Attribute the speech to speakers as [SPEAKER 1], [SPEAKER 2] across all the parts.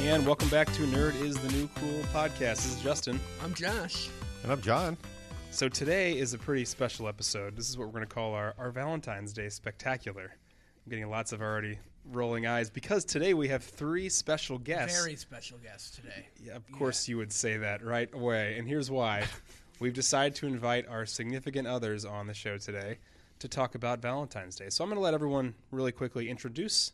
[SPEAKER 1] And welcome back to Nerd is the New Cool podcast. This is Justin.
[SPEAKER 2] I'm Josh.
[SPEAKER 3] And I'm John.
[SPEAKER 1] So today is a pretty special episode. This is what we're going to call our, our Valentine's Day spectacular. I'm getting lots of already rolling eyes because today we have three special guests.
[SPEAKER 2] Very special guest today.
[SPEAKER 1] Yeah, of course you would say that right away. And here's why. We've decided to invite our significant others on the show today to talk about Valentine's Day. So I'm going to let everyone really quickly introduce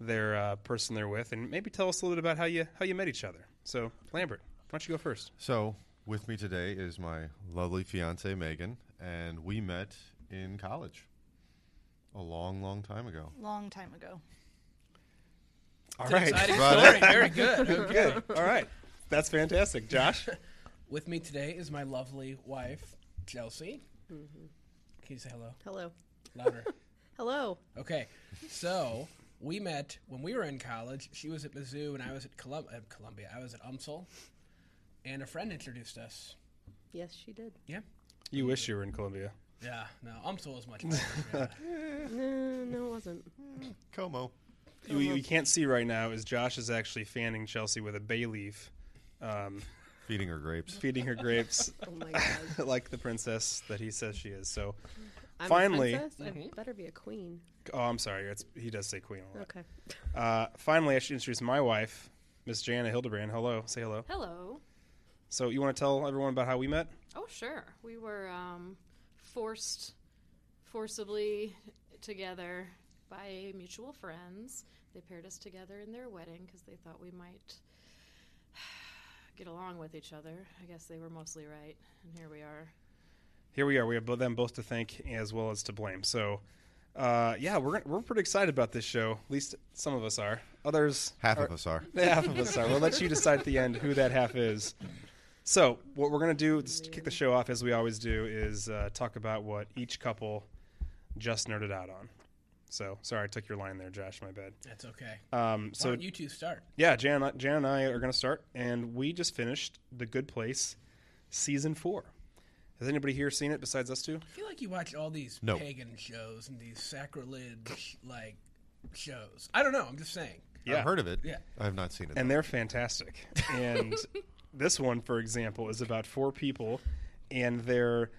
[SPEAKER 1] their uh, person they're with and maybe tell us a little bit about how you how you met each other. So, Lambert, why don't you go first?
[SPEAKER 3] So, with me today is my lovely fiance, Megan, and we met in college a long, long time ago.
[SPEAKER 4] long time ago.
[SPEAKER 1] All
[SPEAKER 2] It's an
[SPEAKER 1] right.
[SPEAKER 2] exciting
[SPEAKER 3] Right.
[SPEAKER 2] story. Very good. Okay.
[SPEAKER 1] Good. All right. That's fantastic. Josh?
[SPEAKER 2] With me today is my lovely wife, Chelsea. Can you say hello?
[SPEAKER 4] Hello.
[SPEAKER 2] Louder.
[SPEAKER 4] Hello.
[SPEAKER 2] okay. So we met when we were in college. She was at Mizzou and I was at Colum- uh, Columbia. I was at UMSL. And a friend introduced us.
[SPEAKER 5] Yes, she did.
[SPEAKER 2] Yeah.
[SPEAKER 1] You wish you were in Columbia.
[SPEAKER 2] Yeah. No, UMSL was much better. Yeah.
[SPEAKER 5] No, no, it wasn't.
[SPEAKER 3] Como.
[SPEAKER 1] What you can't see right now is Josh is actually fanning Chelsea with a bay leaf, um,
[SPEAKER 3] Feeding her grapes.
[SPEAKER 1] feeding her grapes
[SPEAKER 5] Oh my god!
[SPEAKER 1] like the princess that he says she is. So,
[SPEAKER 5] I'm
[SPEAKER 1] Finally.
[SPEAKER 5] a princess? I better be a queen.
[SPEAKER 1] oh, I'm sorry. It's, he does say queen a lot.
[SPEAKER 5] Okay.
[SPEAKER 1] Uh, finally, I should introduce my wife, Miss Jana Hildebrand. Hello. Say hello.
[SPEAKER 6] Hello.
[SPEAKER 1] So, you want to tell everyone about how we met?
[SPEAKER 6] Oh, sure. We were um, forced forcibly together by mutual friends. They paired us together in their wedding because they thought we might get along with each other. I guess they were mostly right, and here we are.
[SPEAKER 1] here we are. We have bo- them both to thank as well as to blame. So, uh, yeah, we're we're pretty excited about this show. At least some of us are. Others,
[SPEAKER 3] Half of us are.
[SPEAKER 1] half of us are. We'll let you decide at the end who that half is. So, what we're gonna do just to kick the show off, as we always do, is uh, talk about what each couple just nerded out on. So, sorry I took your line there, Josh. My bad.
[SPEAKER 2] That's okay.
[SPEAKER 1] Um,
[SPEAKER 2] Uh, So
[SPEAKER 1] so
[SPEAKER 2] you two start.
[SPEAKER 1] yeah, Jan, Jan and I are going to start, and we just finished The Good Place, season four. Has anybody here seen it besides us two?
[SPEAKER 2] I feel like you watch all these
[SPEAKER 3] No.
[SPEAKER 2] pagan shows and these sacrilege like shows. I don't know. I'm just saying.
[SPEAKER 1] Yeah.
[SPEAKER 3] I've heard of it.
[SPEAKER 2] Yeah.
[SPEAKER 3] I have not seen it.
[SPEAKER 1] and
[SPEAKER 3] though.
[SPEAKER 1] they're fantastic. And this one, for example, is about four people, and their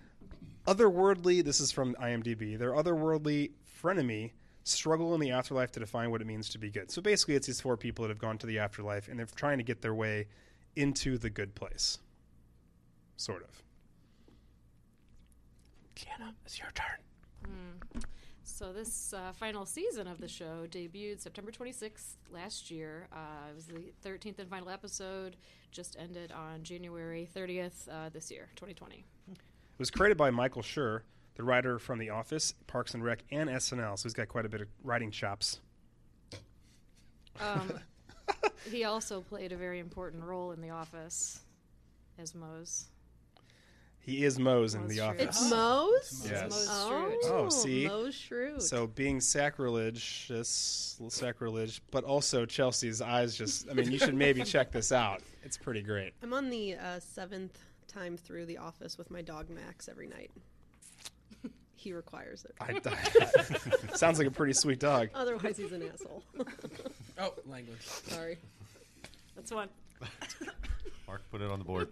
[SPEAKER 1] otherworldly. This is from IMDb. Their otherworldly frenemy struggle in the afterlife to define what it means to be good. So basically, it's these four people that have gone to the afterlife, and they're trying to get their way into the good place, sort of.
[SPEAKER 2] Gianna, it's your turn.
[SPEAKER 6] So this uh, final season of the show debuted September 26th last year. Uh, it was the 13th and final episode. Just ended on January 30th uh, this year, 2020.
[SPEAKER 1] It was created by Michael Schur, the writer from The Office, Parks and Rec, and SNL. So he's got quite a bit of writing chops.
[SPEAKER 6] Um, he also played a very important role in The Office as Moe's.
[SPEAKER 1] He is Moe's in
[SPEAKER 6] That's
[SPEAKER 1] The
[SPEAKER 6] true.
[SPEAKER 1] Office.
[SPEAKER 5] It's Moe's.
[SPEAKER 2] Moe's.
[SPEAKER 1] Ah. Yes.
[SPEAKER 6] Moe's
[SPEAKER 5] Oh,
[SPEAKER 6] Scrooge.
[SPEAKER 1] Oh, see?
[SPEAKER 5] Moe's Shrewd.
[SPEAKER 1] So being sacrilegious, sacrilege, but also Chelsea's eyes just, I mean, you should maybe check this out. It's pretty great.
[SPEAKER 5] I'm on the uh, seventh time through the office with my dog Max every night. He requires it.
[SPEAKER 1] I, sounds like a pretty sweet dog.
[SPEAKER 5] Otherwise, he's an asshole.
[SPEAKER 2] Oh, language.
[SPEAKER 5] Sorry.
[SPEAKER 6] That's one.
[SPEAKER 3] Mark put it on the board.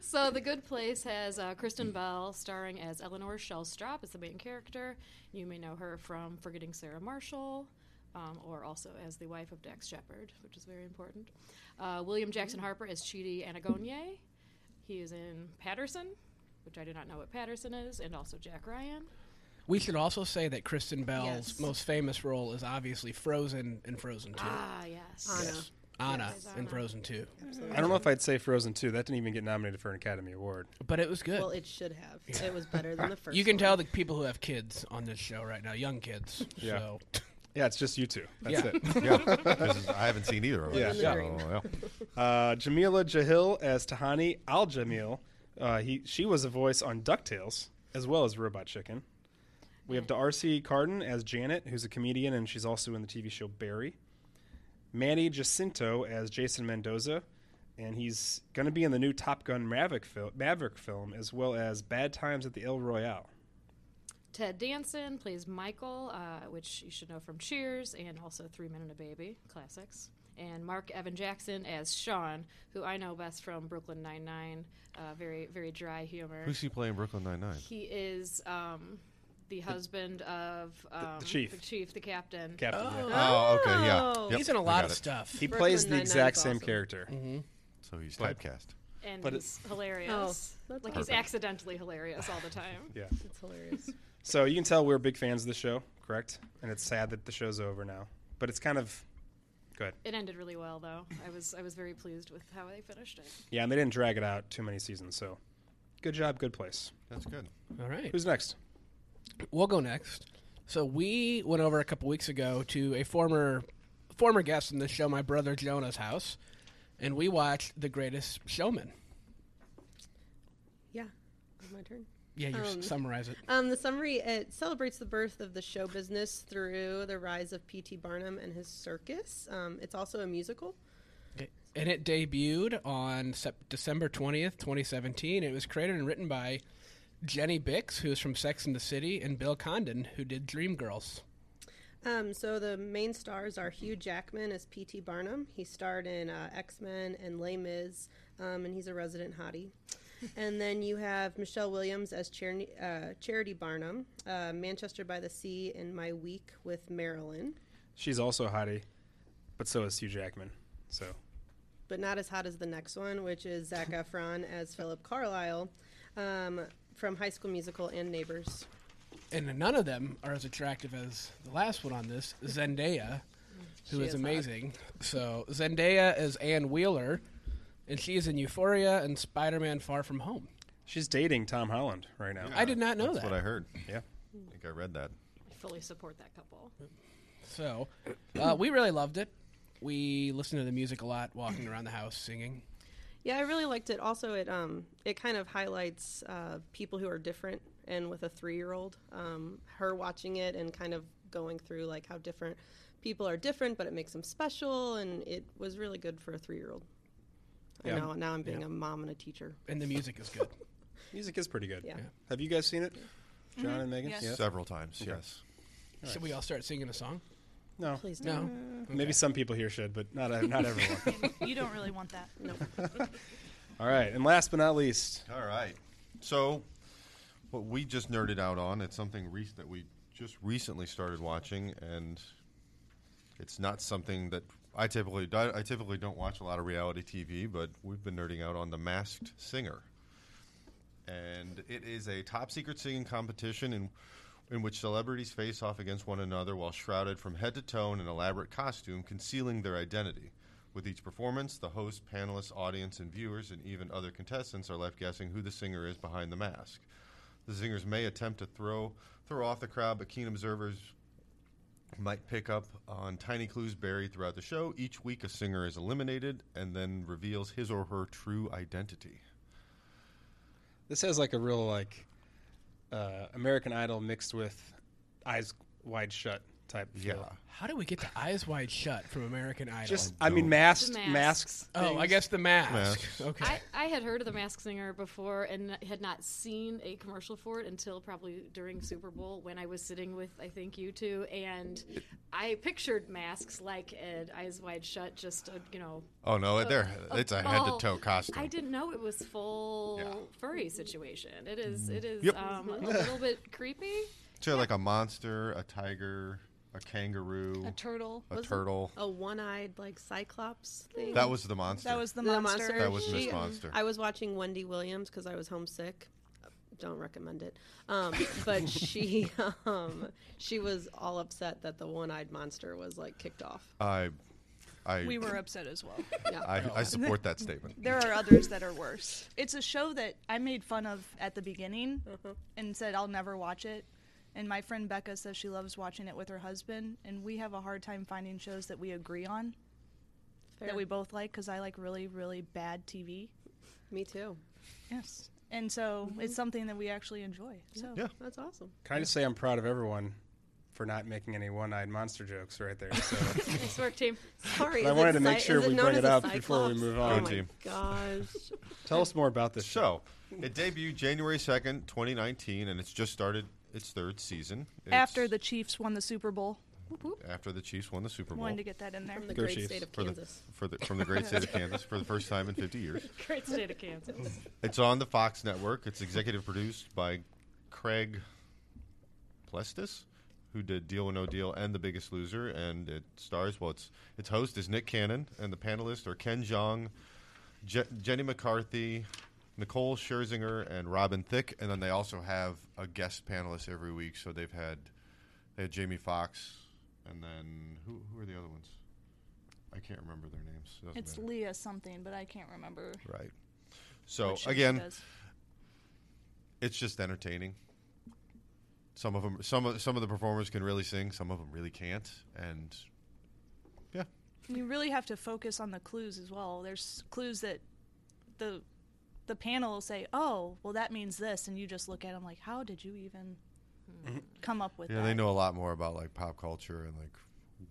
[SPEAKER 6] So The Good Place has uh, Kristen Bell starring as Eleanor Shellstrop as the main character. You may know her from Forgetting Sarah Marshall. Um, or also as the wife of Dax Shepard, which is very important. Uh, William Jackson Harper as Chidi Anagonye. He is in Patterson, which I do not know what Patterson is, and also Jack Ryan.
[SPEAKER 2] We should also say that Kristen Bell's
[SPEAKER 5] Yes.
[SPEAKER 2] most famous role is obviously Frozen and Frozen 2.
[SPEAKER 6] Ah, yes.
[SPEAKER 5] Anna.
[SPEAKER 2] Yes. Anna
[SPEAKER 6] Yes,
[SPEAKER 2] in
[SPEAKER 6] Anna.
[SPEAKER 2] Frozen 2.
[SPEAKER 1] I don't know if I'd say Frozen 2. That didn't even get nominated for an Academy Award.
[SPEAKER 2] But it was good.
[SPEAKER 5] Well, it should have. It was better than the first.
[SPEAKER 2] you can
[SPEAKER 5] one.
[SPEAKER 2] tell the people who have kids on this show right now, young kids.
[SPEAKER 1] Yeah.
[SPEAKER 2] So
[SPEAKER 1] Yeah, it's just you two. That's
[SPEAKER 2] Yeah.
[SPEAKER 1] it.
[SPEAKER 3] yeah. 'Cause I haven't seen either of
[SPEAKER 1] Yeah.
[SPEAKER 3] them.
[SPEAKER 1] Yeah.
[SPEAKER 3] so, yeah.
[SPEAKER 1] Uh, Jamila Jahil as Tahani Al Jamil. Uh, he, she was a voice on DuckTales as well as Robot Chicken. We have Darcy Carden as Janet, who's a comedian and she's also in the TV show Barry. Manny Jacinto as Jason Mendoza, and he's going to be in the new Top Gun Maverick, fil- Maverick film as well as Bad Times at the El Royale.
[SPEAKER 6] Ted Danson plays Michael, uh, which you should know from Cheers and also Three Men and a Baby, classics. And Mark Evan Jackson as Sean, who I know best from Brooklyn Nine Nine, uh, very very dry humor.
[SPEAKER 3] Who's he playing Brooklyn Nine Nine?
[SPEAKER 6] he is um, the husband of um,
[SPEAKER 1] chief.
[SPEAKER 6] the chief, the captain.
[SPEAKER 1] Captain. yeah.
[SPEAKER 5] Oh.
[SPEAKER 3] Oh, okay, yeah.
[SPEAKER 5] Oh.
[SPEAKER 3] Yep,
[SPEAKER 2] He's in a
[SPEAKER 3] I
[SPEAKER 2] lot
[SPEAKER 3] got
[SPEAKER 2] of
[SPEAKER 3] it.
[SPEAKER 2] stuff.
[SPEAKER 1] He
[SPEAKER 5] Brooklyn
[SPEAKER 1] plays the
[SPEAKER 5] Nine-Nine
[SPEAKER 1] exact
[SPEAKER 5] is
[SPEAKER 1] same
[SPEAKER 5] awesome.
[SPEAKER 1] character.
[SPEAKER 3] So he's
[SPEAKER 1] But-
[SPEAKER 3] typecast.
[SPEAKER 6] and
[SPEAKER 1] But
[SPEAKER 6] he's hilarious.
[SPEAKER 5] Oh, that's
[SPEAKER 6] like he's
[SPEAKER 5] awesome.
[SPEAKER 6] accidentally hilarious all the time.
[SPEAKER 1] Yeah.
[SPEAKER 5] It's hilarious.
[SPEAKER 1] So you can tell we're big fans of the show, correct? And it's sad that the show's over now, but it's kind of good.
[SPEAKER 6] It ended really well though. I was I was very pleased with how they finished it.
[SPEAKER 1] Yeah, and they didn't drag it out too many seasons. So good job, good place.
[SPEAKER 3] That's good.
[SPEAKER 2] All right.
[SPEAKER 1] Who's next?
[SPEAKER 2] We'll go next. So we went over a couple weeks ago to a former former guest in the show, my brother Jonah's house, and we watched The Greatest Showman.
[SPEAKER 5] yeah. It's my turn.
[SPEAKER 2] Yeah, you s-
[SPEAKER 5] Um,
[SPEAKER 2] summarize it.
[SPEAKER 5] Um, the summary it celebrates the birth of the show business through the rise of P.T. Barnum and his circus. Um, it's also a musical.
[SPEAKER 2] And it debuted on sep- December 20th, 2017. It was created and written by Jenny Bix, who's from Sex and the City, and Bill Condon, who did Dreamgirls.
[SPEAKER 5] Um, so the main stars are Hugh Jackman as P.T. Barnum. He starred in uh, X Men and Les Mis, um, and he's a resident hottie. and then you have Michelle Williams as Char- uh, Charity Barnum, uh, Manchester by the Sea, and My Week with Marilyn,
[SPEAKER 1] She's also a hottie, but so is Hugh Jackman. So
[SPEAKER 5] but not as hot as the next one, which is Zac Efron as Philip Carlisle um, from High School Musical and Neighbors.
[SPEAKER 2] And none of them are as attractive as the last one on this, Zendaya, who
[SPEAKER 5] She
[SPEAKER 2] is
[SPEAKER 5] is hot.
[SPEAKER 2] amazing. So Zendaya is Anne Wheeler, and she is in Euphoria and Spider Man Far From Home.
[SPEAKER 1] she's dating Tom Holland right now.
[SPEAKER 2] I did not know
[SPEAKER 3] That's
[SPEAKER 2] that.
[SPEAKER 3] what I heard.
[SPEAKER 1] Yeah.
[SPEAKER 3] I think I read that.
[SPEAKER 6] I fully support that couple.
[SPEAKER 2] So uh, we really loved it. We listened to the music a lot, walking around the house singing.
[SPEAKER 5] Yeah, I really liked it. Also, it um, it kind of highlights uh, people who are different, and with a three year old, um, her watching it and kind of going through like how different people are different, but it makes them special, and it was really good for a three year old.
[SPEAKER 1] Yeah.
[SPEAKER 5] I know now I'm being a mom and a teacher.
[SPEAKER 2] And the music is good.
[SPEAKER 1] Music is pretty good.
[SPEAKER 5] Yeah. Yeah.
[SPEAKER 1] Have you guys seen it? John and Megan?
[SPEAKER 4] Yes.
[SPEAKER 1] Mm-hmm. Yeah.
[SPEAKER 3] Several times, yes.
[SPEAKER 2] Should we all start singing a song?
[SPEAKER 1] No.
[SPEAKER 5] Please don't.
[SPEAKER 2] No.
[SPEAKER 1] Maybe some people here should, but not uh, not everyone.
[SPEAKER 4] you don't really want that.
[SPEAKER 1] All right. And last but not least,
[SPEAKER 3] All right. So, what we just nerded out on, it's something re- that we just recently started watching, and it's not something that I typically do- I typically don't watch a lot of reality TV, but we've been nerding out on The Masked Singer. And it is a top secret singing competition in in which celebrities face off against one another while shrouded from head to toe in an elaborate costume, concealing their identity. With each performance, the host, panelists, audience, and viewers, and even other contestants are left guessing who the singer is behind the mask. The singers may attempt to throw throw off the crowd, but keen observers might pick up on tiny clues buried throughout the show. Each week, a singer is eliminated and then reveals his or her true identity.
[SPEAKER 1] this has like a real like uh, American Idol mixed with Eyes Wide Shut type. feel.
[SPEAKER 2] How do we get to Eyes Wide Shut from American Idol?
[SPEAKER 1] Just I mean masked
[SPEAKER 6] The
[SPEAKER 1] masks.
[SPEAKER 6] masks.
[SPEAKER 2] oh, I guess the mask.
[SPEAKER 3] Masks.
[SPEAKER 2] Okay.
[SPEAKER 6] I, I had heard of the Mask Singer before and had not seen a commercial for it until probably during Super Bowl when I was sitting with I think you two and I pictured masks like an Eyes Wide Shut, just a, you know.
[SPEAKER 3] Oh no, there it's a head to
[SPEAKER 6] ball.
[SPEAKER 3] toe costume.
[SPEAKER 6] I didn't know it was full
[SPEAKER 3] Yeah. Mm.
[SPEAKER 6] furry situation. It is it is
[SPEAKER 3] Yep.
[SPEAKER 6] um, a little bit creepy.
[SPEAKER 3] So like a monster, a tiger, a kangaroo,
[SPEAKER 4] A turtle.
[SPEAKER 3] a
[SPEAKER 5] Was it
[SPEAKER 3] turtle.
[SPEAKER 5] A one eyed like cyclops thing.
[SPEAKER 3] That was the monster.
[SPEAKER 4] Oh, That was the
[SPEAKER 5] The
[SPEAKER 4] monster.
[SPEAKER 5] monster.
[SPEAKER 3] That was
[SPEAKER 5] She-
[SPEAKER 3] Miss Monster.
[SPEAKER 5] I was watching Wendy Williams because I was homesick. Don't recommend it. Um, but she um, she was all upset that the one-eyed monster was like kicked off.
[SPEAKER 3] I, I,
[SPEAKER 4] We were upset as well.
[SPEAKER 3] I, I support that statement.
[SPEAKER 4] There are others that are worse. It's a show that I made fun of at the beginning
[SPEAKER 5] Uh-huh.
[SPEAKER 4] and said I'll never watch it. And my friend Becca says she loves watching it with her husband, and we have a hard time finding shows that we agree on
[SPEAKER 5] Fair.
[SPEAKER 4] that we both like because I like really, really bad TV.
[SPEAKER 5] Me too.
[SPEAKER 4] Yes. And so
[SPEAKER 5] Mm-hmm.
[SPEAKER 4] it's something that we actually enjoy. So
[SPEAKER 3] Yeah.
[SPEAKER 5] That's awesome.
[SPEAKER 1] Can I just say I'm proud of everyone for not making any one-eyed monster jokes right there. So
[SPEAKER 6] Nice work, team.
[SPEAKER 5] Sorry.
[SPEAKER 1] I
[SPEAKER 5] is
[SPEAKER 1] wanted
[SPEAKER 5] it
[SPEAKER 1] to make
[SPEAKER 5] cy-
[SPEAKER 1] sure
[SPEAKER 5] is it
[SPEAKER 1] we
[SPEAKER 5] known
[SPEAKER 1] bring
[SPEAKER 5] as
[SPEAKER 1] it
[SPEAKER 5] a
[SPEAKER 1] up before we
[SPEAKER 5] cyclops?
[SPEAKER 1] move
[SPEAKER 5] Oh
[SPEAKER 1] on.
[SPEAKER 5] my
[SPEAKER 3] Team.
[SPEAKER 5] gosh.
[SPEAKER 1] tell us more about this show.
[SPEAKER 3] So it debuted January second, twenty nineteen, and it's just started. its third season.
[SPEAKER 4] After
[SPEAKER 3] It's
[SPEAKER 4] the Chiefs won the Super Bowl,
[SPEAKER 6] Whoop, whoop.
[SPEAKER 3] after the Chiefs won the Super Bowl
[SPEAKER 4] wanted to get that in there.
[SPEAKER 5] From the
[SPEAKER 1] Go
[SPEAKER 5] great
[SPEAKER 1] Chiefs.
[SPEAKER 5] state of
[SPEAKER 3] for the,
[SPEAKER 5] Kansas.
[SPEAKER 3] for the from the great state of Kansas for the first time in 50 years.
[SPEAKER 6] Great state of Kansas.
[SPEAKER 3] It's on the Fox network. It's executive produced by Craig Plestis, who did Deal or No Deal and The Biggest Loser, and it stars well. Its its host is Nick Cannon, and the panelists are Ken Jeong, Je- Jenny McCarthy, Nicole Scherzinger, and Robin Thicke. And then they also have a guest panelist every week. So they've had they had Jamie Foxx, and then who who are the other ones? I can't remember their names. Doesn't
[SPEAKER 4] It's
[SPEAKER 3] matter.
[SPEAKER 4] Leah something, but I can't remember.
[SPEAKER 3] right. So
[SPEAKER 4] what show she
[SPEAKER 3] again,
[SPEAKER 4] does.
[SPEAKER 3] it's just entertaining. Some of them, some of some of the performers can really sing. Some of them really can't. And yeah,
[SPEAKER 4] you really have to focus on the clues as well. There's clues that the the panel will say, "Oh, well, that means this," and you just look at them like, "How did you even come up with
[SPEAKER 3] yeah,
[SPEAKER 4] that?"
[SPEAKER 3] they know a lot more about like pop culture and like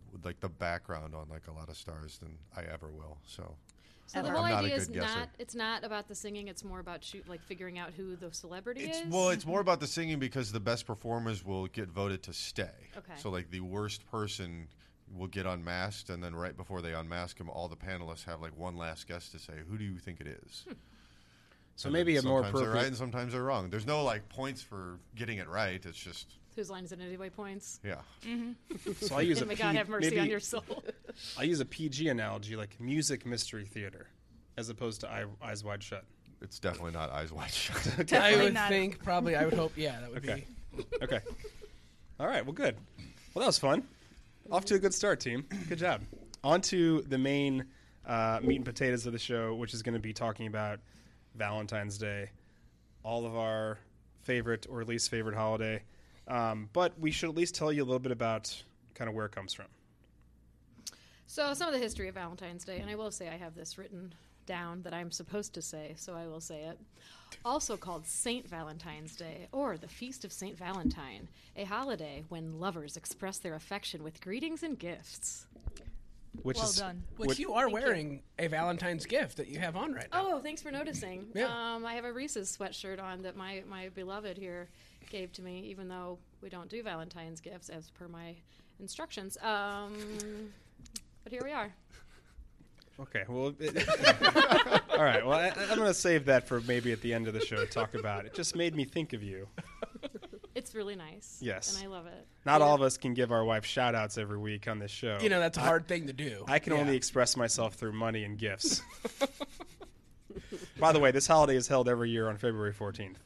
[SPEAKER 3] w- like the background on like a lot of stars than I ever will. So
[SPEAKER 6] So the
[SPEAKER 3] I'm
[SPEAKER 6] whole
[SPEAKER 3] not a
[SPEAKER 6] idea is
[SPEAKER 3] good guesser.
[SPEAKER 6] not it's not about the singing, it's more about shoot like figuring out who the celebrity
[SPEAKER 3] it's
[SPEAKER 6] is.
[SPEAKER 3] well, it's more about the singing because the best performers will get voted to stay.
[SPEAKER 6] Okay.
[SPEAKER 3] So like the worst person will get unmasked, and then right before they unmask him, all the panelists have like one last guess to say, "Who do you think it is?"
[SPEAKER 1] So
[SPEAKER 3] And
[SPEAKER 1] maybe a
[SPEAKER 3] then
[SPEAKER 1] more
[SPEAKER 3] sometimes they're right
[SPEAKER 1] appropriate.
[SPEAKER 3] and sometimes they're wrong. There's no like points for getting it right. It's just
[SPEAKER 6] Whose line is it anyway points?
[SPEAKER 3] yeah.
[SPEAKER 1] So I use a
[SPEAKER 6] And may God
[SPEAKER 1] P-
[SPEAKER 6] have mercy
[SPEAKER 1] maybe
[SPEAKER 6] on your soul.
[SPEAKER 1] I use a PG analogy, like music mystery theater, as opposed to eye, eyes wide shut.
[SPEAKER 3] It's definitely not eyes wide shut.
[SPEAKER 2] I
[SPEAKER 4] Definitely
[SPEAKER 2] would
[SPEAKER 4] not.
[SPEAKER 2] think probably. I would hope. Yeah, that would
[SPEAKER 1] Okay. Okay. All right. Well, good. Well, that was fun. Off to a good start, team. Good job. On to the main uh, meat and potatoes of the show, which is going to be talking about Valentine's Day, all of our favorite or least favorite holiday. Um, but we should at least tell you a little bit about kind of where it comes from.
[SPEAKER 6] So, some of the history of Valentine's Day, and I will say I have this written down that I'm supposed to say, so I will say it. Also called St. Valentine's Day or the Feast of St. Valentine, a holiday when lovers express their affection with greetings and gifts.
[SPEAKER 1] Which
[SPEAKER 4] Well
[SPEAKER 1] is,
[SPEAKER 4] done.
[SPEAKER 2] Which
[SPEAKER 1] which-
[SPEAKER 2] you are wearing a Valentine's gift that you have on right now.
[SPEAKER 6] Oh, thanks for noticing.
[SPEAKER 2] Yeah.
[SPEAKER 6] Um, I have a Reese's sweatshirt on that my, my beloved here gave to me, even though we don't do Valentine's gifts as per my instructions. Um, but here we are.
[SPEAKER 1] Okay. Well, it, all right. Well, I, I'm going to save that for maybe at the end of the show to talk about. It just made me think of you.
[SPEAKER 6] It's really nice.
[SPEAKER 1] Yes.
[SPEAKER 6] And I love it.
[SPEAKER 1] Not all of us can give our wife shout outs every week on this show.
[SPEAKER 2] You know that's a hard thing to do.
[SPEAKER 1] I can
[SPEAKER 2] Yeah.
[SPEAKER 1] only express myself through money and gifts. By the way, this holiday is held every year on February 14th.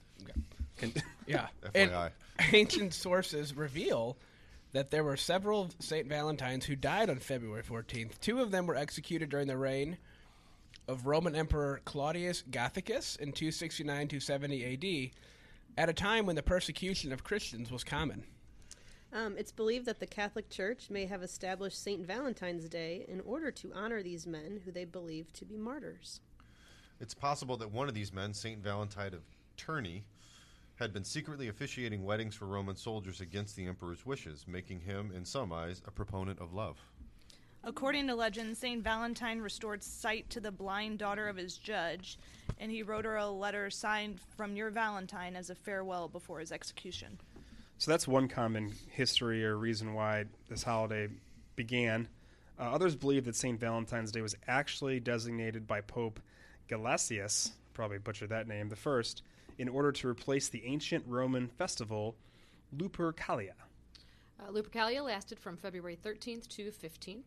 [SPEAKER 1] Can-
[SPEAKER 2] Yeah.
[SPEAKER 3] FYI.
[SPEAKER 2] And ancient sources reveal that there were several St. Valentines who died on February 14th. Two of them were executed during the reign of Roman Emperor Claudius Gothicus in 269 270 AD, at a time when the persecution of Christians was common.
[SPEAKER 5] Um, it's believed that the Catholic Church may have established St. Valentine's Day in order to honor these men who they believed to be martyrs.
[SPEAKER 3] it's possible that one of these men, Saint Valentine of Tourney, had been secretly officiating weddings for Roman soldiers against the emperor's wishes, making him, in some eyes, a proponent of love.
[SPEAKER 4] According to legend, Saint Valentine restored sight to the blind daughter of his judge, and he wrote her a letter signed "From your Valentine" as a farewell before his execution.
[SPEAKER 1] so that's one common history or reason why this holiday began. Uh, others believe that St. Valentine's Day was actually designated by Pope Gelasius, probably butchered that name, the first, in order to replace the ancient Roman festival Lupercalia.
[SPEAKER 6] Uh, Lupercalia lasted from February 13th to 15th.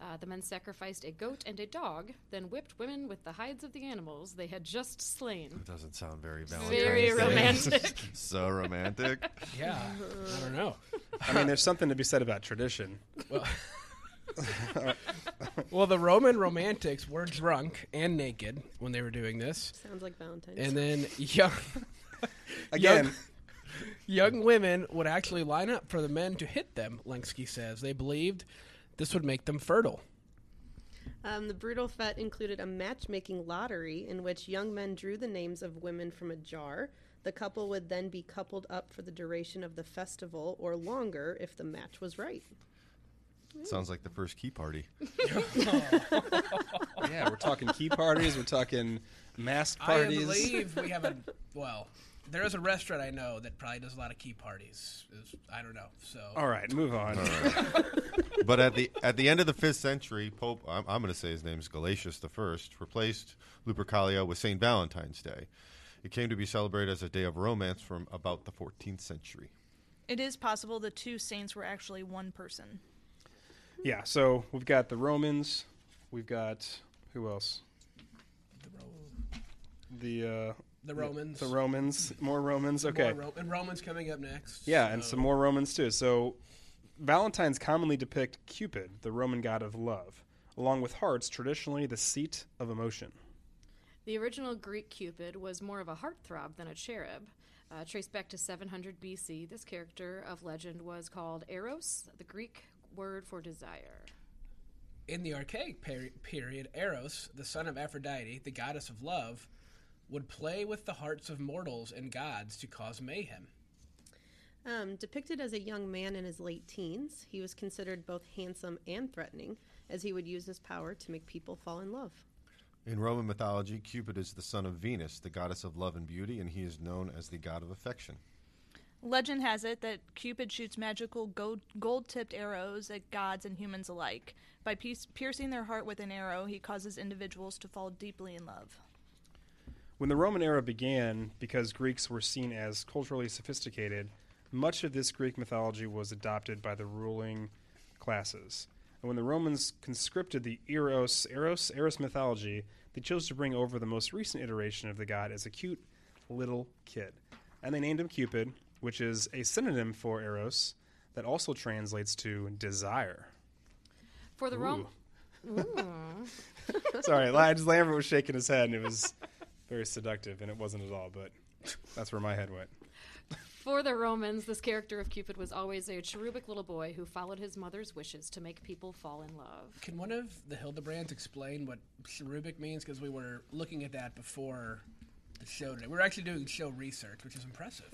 [SPEAKER 6] Uh, the men sacrificed a goat and a dog, then whipped women with the hides of the animals they had just slain.
[SPEAKER 3] It doesn't sound very Valentine's
[SPEAKER 6] Very
[SPEAKER 3] Day.
[SPEAKER 6] romantic.
[SPEAKER 3] so romantic.
[SPEAKER 2] Yeah. I don't know.
[SPEAKER 1] I mean, there's something to be said about tradition.
[SPEAKER 2] Well, the Roman romantics were drunk and naked when they were doing this.
[SPEAKER 5] Sounds like Valentine's.
[SPEAKER 2] And then young,
[SPEAKER 1] Again,
[SPEAKER 2] young women would actually line up for the men to hit them, Lenski says. They believed this would make them fertile.
[SPEAKER 5] Um, the brutal fete included a matchmaking lottery in which young men drew the names of women from a jar. The couple would then be coupled up for the duration of the festival or longer if the match was right.
[SPEAKER 3] Sounds like the first key party.
[SPEAKER 1] yeah, we're talking key parties, we're talking mask
[SPEAKER 2] I
[SPEAKER 1] parties.
[SPEAKER 2] believe we have a well. There is a restaurant I know that probably does a lot of key parties. Is- I don't know. So
[SPEAKER 1] All right, move on.
[SPEAKER 3] But at the at the end of the fifth century, Pope I'm, I'm going to say his name is Galatius the First replaced Lupercalia with Saint Valentine's Day. It came to be celebrated as a day of romance from about the 14th century.
[SPEAKER 4] It is possible the two saints were actually one person.
[SPEAKER 1] Yeah, so we've got the Romans. We've got who else?
[SPEAKER 2] the, Ro-
[SPEAKER 1] The uh,
[SPEAKER 2] the Romans.
[SPEAKER 1] the Romans. More Romans. Okay.
[SPEAKER 2] More Ro- and Romans coming up next.
[SPEAKER 1] Yeah, and
[SPEAKER 2] so-
[SPEAKER 1] some more Romans too. So Valentines commonly depict Cupid, the Roman god of love, along with hearts, traditionally the seat of emotion.
[SPEAKER 6] The original Greek Cupid was more of a heartthrob than a cherub. Uh, traced back to 700 BC, this character of legend was called Eros, the Greek word for desire.
[SPEAKER 2] In the archaic peri- period, Eros, the son of Aphrodite, the goddess of love, would play with the hearts of mortals and gods to cause mayhem.
[SPEAKER 5] Um, depicted as a young man in his late teens, he was considered both handsome and threatening, as he would use his power to make people fall in love.
[SPEAKER 3] In Roman mythology, Cupid is the son of Venus, the goddess of love and beauty, and he is known as the god of affection.
[SPEAKER 4] Legend has it that Cupid shoots magical gold tipped arrows at gods and humans alike. By piece- piercing their heart with an arrow, he causes individuals to fall deeply in love.
[SPEAKER 1] When the Roman era began, because Greeks were seen as culturally sophisticated, much of this Greek mythology was adopted by the ruling classes. And when the Romans conscripted the Eros, Eros, Eros mythology, they chose to bring over the most recent iteration of the god as a cute little kid. And they named him Cupid, which is a synonym for Eros that also translates to desire.
[SPEAKER 6] For the Mm. Rome,
[SPEAKER 1] Sorry, Lige Lambert was shaking his head, and it was very seductive, and it wasn't at all, but that's where my head went.
[SPEAKER 6] For the Romans, this character of Cupid was always a cherubic little boy who followed his mother's wishes to make people fall in love.
[SPEAKER 2] Can one of the Hildebrands explain what cherubic means? Because we were looking at that before the show today. We were actually doing show research, which is impressive.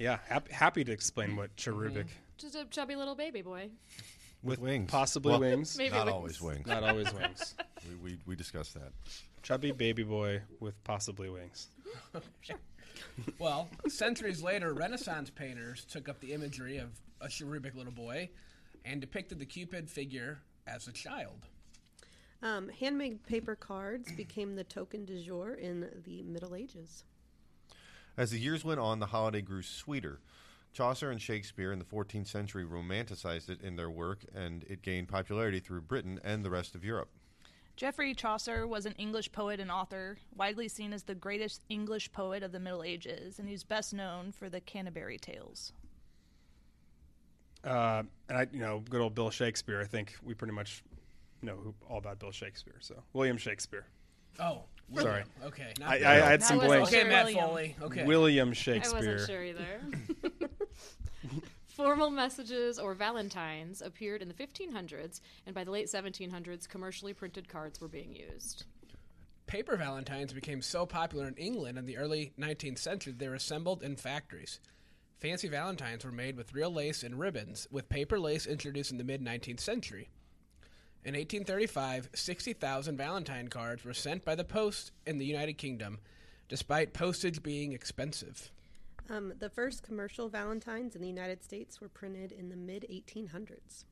[SPEAKER 1] Yeah, hap- happy to explain what cherubic
[SPEAKER 6] Just a chubby little baby boy.
[SPEAKER 3] With, wings.
[SPEAKER 1] possibly
[SPEAKER 3] Well,
[SPEAKER 1] wings,
[SPEAKER 6] Maybe
[SPEAKER 3] Not
[SPEAKER 6] wings.
[SPEAKER 3] always wings.
[SPEAKER 1] not always wings.
[SPEAKER 3] we, we, we discussed that.
[SPEAKER 1] Chubby baby boy with possibly wings.
[SPEAKER 2] well, centuries later, Renaissance painters took up the imagery of a cherubic little boy and depicted the Cupid figure as a child.
[SPEAKER 5] Um, handmade paper cards became the token du jour in the Middle Ages.
[SPEAKER 3] As the years went on, the holiday grew sweeter. Chaucer and Shakespeare in the 14th century romanticized it in their work, and it gained popularity through Britain and the rest of Europe.
[SPEAKER 4] Geoffrey Chaucer was an English poet and author, widely seen as the greatest English poet of the Middle Ages, and he's best known for the Canterbury Tales.
[SPEAKER 1] Uh, and I, you know, good old Bill Shakespeare. I think we pretty much know who, all about Bill Shakespeare. So William Shakespeare.
[SPEAKER 2] Oh,
[SPEAKER 1] Sorry.
[SPEAKER 2] William. Okay. not
[SPEAKER 1] I, I,
[SPEAKER 2] Bill.
[SPEAKER 1] I had
[SPEAKER 4] That
[SPEAKER 1] some
[SPEAKER 4] was
[SPEAKER 1] blanks.
[SPEAKER 2] okay, Matt
[SPEAKER 4] William.
[SPEAKER 2] Foley. Okay.
[SPEAKER 1] William
[SPEAKER 6] I
[SPEAKER 1] Shakespeare.
[SPEAKER 6] wasn't sure either. Formal messages or valentines appeared in the 1500s, and by the late 1700s, commercially printed cards were being used.
[SPEAKER 2] Paper valentines became so popular in England in the early 19th century that they were assembled in factories. Fancy valentines were made with real lace and ribbons, with paper lace introduced in the mid 19th century. In 1835, 60,000 valentine cards were sent by the post in the United Kingdom, despite postage being expensive.
[SPEAKER 5] Um, the first commercial Valentines in the United States were printed in the mid 1800s.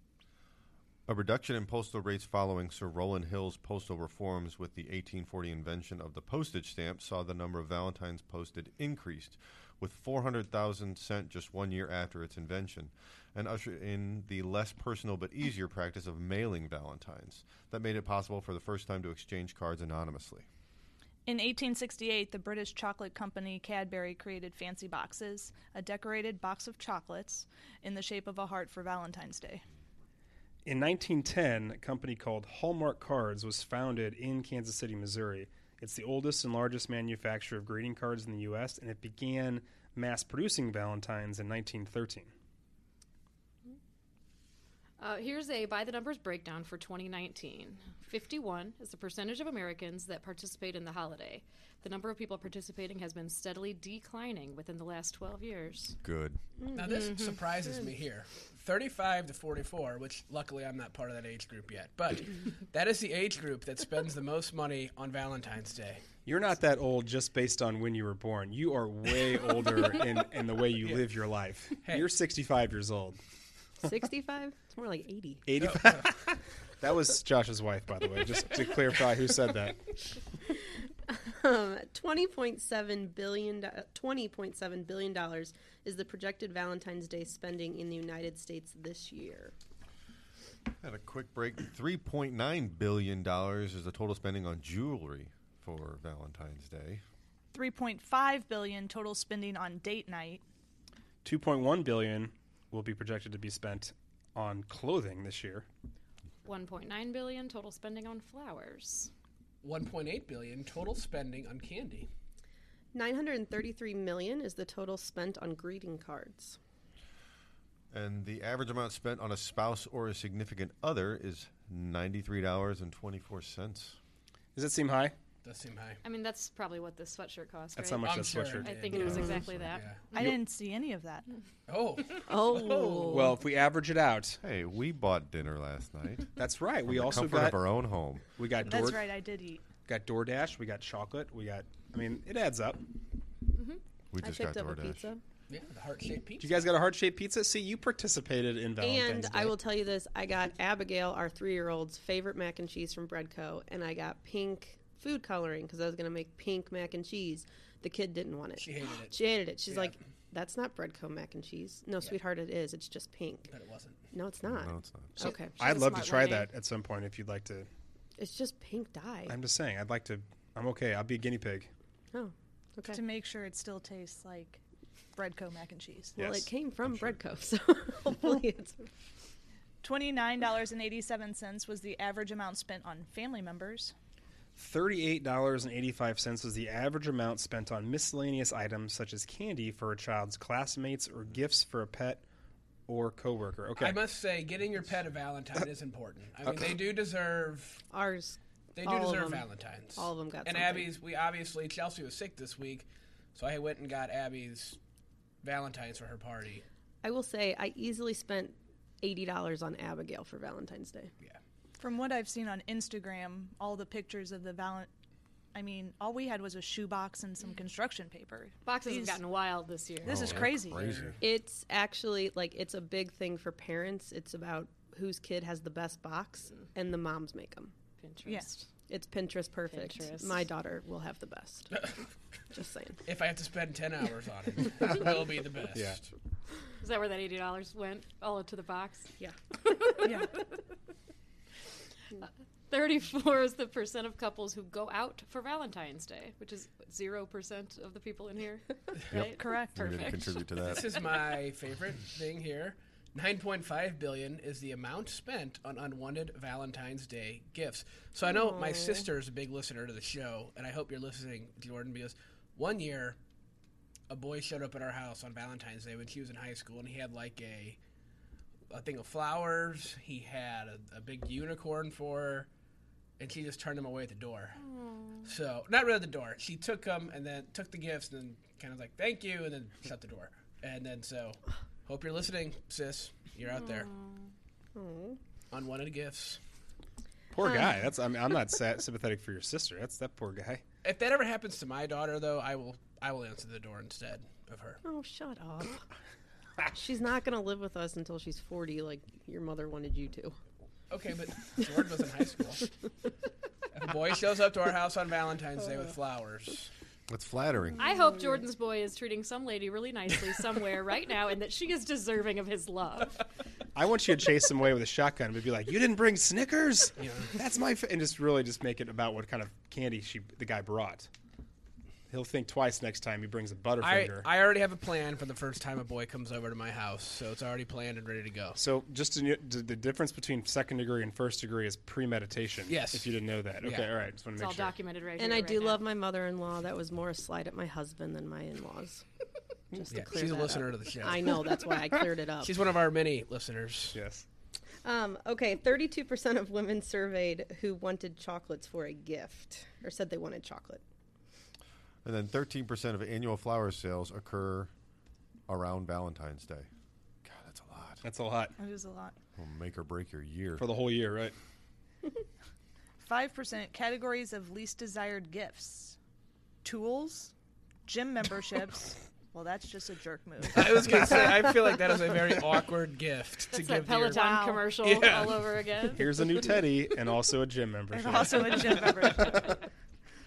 [SPEAKER 3] A reduction in postal rates following Sir Rowland Hill's postal reforms with the 1840 invention of the postage stamp saw the number of Valentines posted increased, with 400,000 sent just one year after its invention, and ushered in the less personal but easier practice of mailing Valentines. That made it possible for the first time to exchange cards anonymously.
[SPEAKER 4] In 1868, the British chocolate company Cadbury created fancy boxes, a decorated box of chocolates in the shape of a heart for Valentine's Day.
[SPEAKER 1] In 1910, a company called Hallmark Cards was founded in Kansas City, Missouri. It's the oldest and largest manufacturer of greeting cards in the U.S., and it began mass producing Valentines in 1913.
[SPEAKER 6] Uh, here's a by the numbers breakdown for 2019 51 is the percentage of Americans that participate in the holiday. The number of people participating has been steadily declining within the last 12 years.
[SPEAKER 3] Good.
[SPEAKER 2] Now, this surprises me here 35 to 44, which luckily I'm not part of that age group yet, but that is the age group that spends the most money on Valentine's Day.
[SPEAKER 1] You're not that old just based on when you were born. You are way older in, in the way you live your life.
[SPEAKER 2] Hey.
[SPEAKER 1] You're 65 years old.
[SPEAKER 5] 65? It's more like 80.
[SPEAKER 1] 85. that was Josh's wife, by the way, just to clarify who said that.
[SPEAKER 5] Um, 20.7 billion do- 20.7 billion dollars is the projected Valentine's Day spending in the United States this year.
[SPEAKER 3] Had a quick break. Three point nine billion dollars is the total spending on jewelry for Valentine's Day.
[SPEAKER 4] 3.5 billion total spending on date night.
[SPEAKER 1] 2.1 billion will be projected to be spent on clothing this year.
[SPEAKER 6] 1.9 billion total spending on flowers.
[SPEAKER 2] 1.8 billion total spending on candy.
[SPEAKER 5] 933 million is the total spent on greeting cards.
[SPEAKER 3] And the average amount spent on a spouse or a significant other is ninety-three dollars and twenty-four cents.
[SPEAKER 1] Does it seem high?
[SPEAKER 2] Does seem high.
[SPEAKER 6] I mean, that's probably what this sweatshirt cost,
[SPEAKER 1] That's
[SPEAKER 6] right?
[SPEAKER 1] how much
[SPEAKER 2] I'm
[SPEAKER 1] that
[SPEAKER 2] sure
[SPEAKER 1] sweatshirt.
[SPEAKER 6] I
[SPEAKER 2] Yeah,
[SPEAKER 6] think
[SPEAKER 2] yeah,
[SPEAKER 6] it was
[SPEAKER 2] yeah.
[SPEAKER 6] exactly that.
[SPEAKER 2] Yeah.
[SPEAKER 4] I didn't see any of that.
[SPEAKER 2] Oh,
[SPEAKER 5] Oh.
[SPEAKER 1] Well, if we average it out,
[SPEAKER 3] Hey, we bought dinner last night.
[SPEAKER 1] that's right. We
[SPEAKER 3] The
[SPEAKER 1] also
[SPEAKER 3] comfort
[SPEAKER 1] got
[SPEAKER 3] of our own home.
[SPEAKER 1] we got Door,
[SPEAKER 4] That's right, I did eat.
[SPEAKER 1] got DoorDash, we got chocolate, we got. I mean, it adds up.
[SPEAKER 3] We
[SPEAKER 5] I
[SPEAKER 3] just got
[SPEAKER 5] picked up a
[SPEAKER 3] DoorDash.
[SPEAKER 5] pizza.
[SPEAKER 2] yeah, the heart shaped pizza.
[SPEAKER 1] You guys got a heart shaped pizza. See, you participated in Valentine's
[SPEAKER 5] And
[SPEAKER 1] Day.
[SPEAKER 5] I will tell you this I got Abigail, our three year old's favorite mac and cheese from Breadco, and I got pink food coloring because I was going to make pink mac and cheese. The kid didn't want it.
[SPEAKER 2] She hated it.
[SPEAKER 5] She hated it. She's like, that's not Breadco mac and cheese. No, sweetheart, it is. It's just pink.
[SPEAKER 2] But it wasn't.
[SPEAKER 5] No, it's not.
[SPEAKER 3] No, it's not.
[SPEAKER 5] okay.
[SPEAKER 1] I'd
[SPEAKER 6] a
[SPEAKER 1] love to
[SPEAKER 6] smart
[SPEAKER 1] try
[SPEAKER 6] lady.
[SPEAKER 1] that at some point if you'd like to.
[SPEAKER 5] It's just pink dye.
[SPEAKER 1] I'm just saying, I'd like to. I'm okay. I'll be a guinea pig.
[SPEAKER 5] oh, okay.
[SPEAKER 4] To make sure it still tastes like Breadco mac and cheese.
[SPEAKER 5] Well,
[SPEAKER 1] yes.
[SPEAKER 5] it came from Breadco, so hopefully it's.
[SPEAKER 4] $29.87 was the average amount spent on family members.
[SPEAKER 1] $38.85 was the average amount spent on miscellaneous items such as candy for a child's classmates or gifts for a pet or coworker. Okay.
[SPEAKER 2] I must say, getting your pet a Valentine is important. I mean, they do deserve
[SPEAKER 5] Ours.
[SPEAKER 2] they do
[SPEAKER 5] All of
[SPEAKER 2] deserve
[SPEAKER 5] them.
[SPEAKER 2] Valentines.
[SPEAKER 5] All of them got
[SPEAKER 2] And
[SPEAKER 5] something.
[SPEAKER 2] Abby's. We obviously Chelsea was sick this week, so I went and got Abby's Valentines for her party.
[SPEAKER 5] I will say, I easily spent $80 on Abigail for Valentine's Day.
[SPEAKER 2] Yeah.
[SPEAKER 4] From what I've seen on Instagram, all the pictures of the valent I mean, all we had was a shoebox and some construction paper.
[SPEAKER 6] Boxes
[SPEAKER 4] These-
[SPEAKER 6] have gotten wild this year.
[SPEAKER 4] This is
[SPEAKER 3] they're
[SPEAKER 4] crazy.
[SPEAKER 3] Crazy.
[SPEAKER 5] It's actually like it's a big thing for parents. It's about whose kid has the best box,
[SPEAKER 6] Mm.
[SPEAKER 5] and the moms make them.
[SPEAKER 6] Pinterest.
[SPEAKER 4] Yes.
[SPEAKER 5] It's Pinterest perfect.
[SPEAKER 6] Pinterest.
[SPEAKER 5] My daughter will have the best. Just saying.
[SPEAKER 2] If I have to spend ten hours on it, it will be the best.
[SPEAKER 1] Yeah.
[SPEAKER 6] Is that where that eighty dollars went? All into the box.
[SPEAKER 5] Yeah.
[SPEAKER 4] yeah.
[SPEAKER 6] Thirty-four is the percent of couples who go out for Valentine's Day, which is zero percent of the people in here. Right?
[SPEAKER 4] Correct.
[SPEAKER 3] We didn't
[SPEAKER 6] Perfect.
[SPEAKER 3] contribute to
[SPEAKER 2] This
[SPEAKER 3] that.
[SPEAKER 2] is my favorite thing here. 9.5 billion is the amount spent on unwanted Valentine's Day gifts. So I know my sister is a big listener to the show, and I hope you're listening, Jordan, because one year a boy showed up at our house on Valentine's Day when she was in high school, and he had like a a thing of flowers. He had a, a big unicorn for her, and she just turned him away at the door. So not really at the door. She took them and then took the gifts and then kind of like thank you and then shut the door. And then so, hope you're listening, sis. You're out there. Unwanted gifts.
[SPEAKER 1] Poor guy. That's. I mean, I'm not sa- sympathetic for your sister. That's that poor guy.
[SPEAKER 2] If that ever happens to my daughter, though, I will I will answer the door instead of her.
[SPEAKER 5] Oh, shut up. She's not gonna live with us until she's forty, like your mother wanted you to.
[SPEAKER 2] Okay, but Jordan was in high school. If a boy shows up to our house on Valentine's Day with flowers,
[SPEAKER 3] That's flattering.
[SPEAKER 6] I hope Jordan's boy is treating some lady really nicely somewhere right now, and that she is deserving of his love.
[SPEAKER 1] I want you to chase him away with a shotgun and be like, "You didn't bring Snickers.
[SPEAKER 2] Yeah.
[SPEAKER 1] That's my." F-, and just really just make it about what kind of candy she the guy brought. He'll think twice next time he brings a
[SPEAKER 2] I
[SPEAKER 1] Butterfinger.
[SPEAKER 2] I already have a plan for the first time a boy comes over to my house, so it's already planned and ready to go.
[SPEAKER 1] So, just to, kn- the the difference between second degree and first degree is premeditation.
[SPEAKER 2] Yes.
[SPEAKER 1] If you didn't know that. Okay,
[SPEAKER 2] Yeah.
[SPEAKER 1] all right. Just want
[SPEAKER 6] It's
[SPEAKER 1] to
[SPEAKER 6] all
[SPEAKER 1] make sure.
[SPEAKER 6] documented right
[SPEAKER 5] And
[SPEAKER 6] here,
[SPEAKER 5] I
[SPEAKER 6] right
[SPEAKER 5] do
[SPEAKER 6] now.
[SPEAKER 5] love my mother-in-law. That was more a slight at my husband than my in-laws. Just
[SPEAKER 2] Yeah,
[SPEAKER 5] to clear
[SPEAKER 2] she's a
[SPEAKER 5] that up.
[SPEAKER 2] listener to the show.
[SPEAKER 5] I know that's why I cleared it up.
[SPEAKER 2] She's one of our many listeners.
[SPEAKER 1] yes.
[SPEAKER 5] Um, okay, 32% of women surveyed who wanted chocolates for a gift or said they wanted chocolate.
[SPEAKER 3] And then 13% of annual flower sales occur around Valentine's Day. God, that's a lot.
[SPEAKER 1] That's a lot
[SPEAKER 4] It is a lot.
[SPEAKER 3] Will make or break your year.
[SPEAKER 1] for the whole year, right?
[SPEAKER 4] 5% categories of least desired gifts. tools, gym memberships. well, that's just a jerk move.
[SPEAKER 2] I was gonna say, I feel like that is a very awkward gift to
[SPEAKER 6] That's
[SPEAKER 2] give
[SPEAKER 6] that
[SPEAKER 2] to your-
[SPEAKER 6] Peloton commercial
[SPEAKER 2] Yeah.
[SPEAKER 6] all over again.
[SPEAKER 1] Here's a new teddy and also a gym
[SPEAKER 4] and
[SPEAKER 1] membership.
[SPEAKER 4] also a gym membership.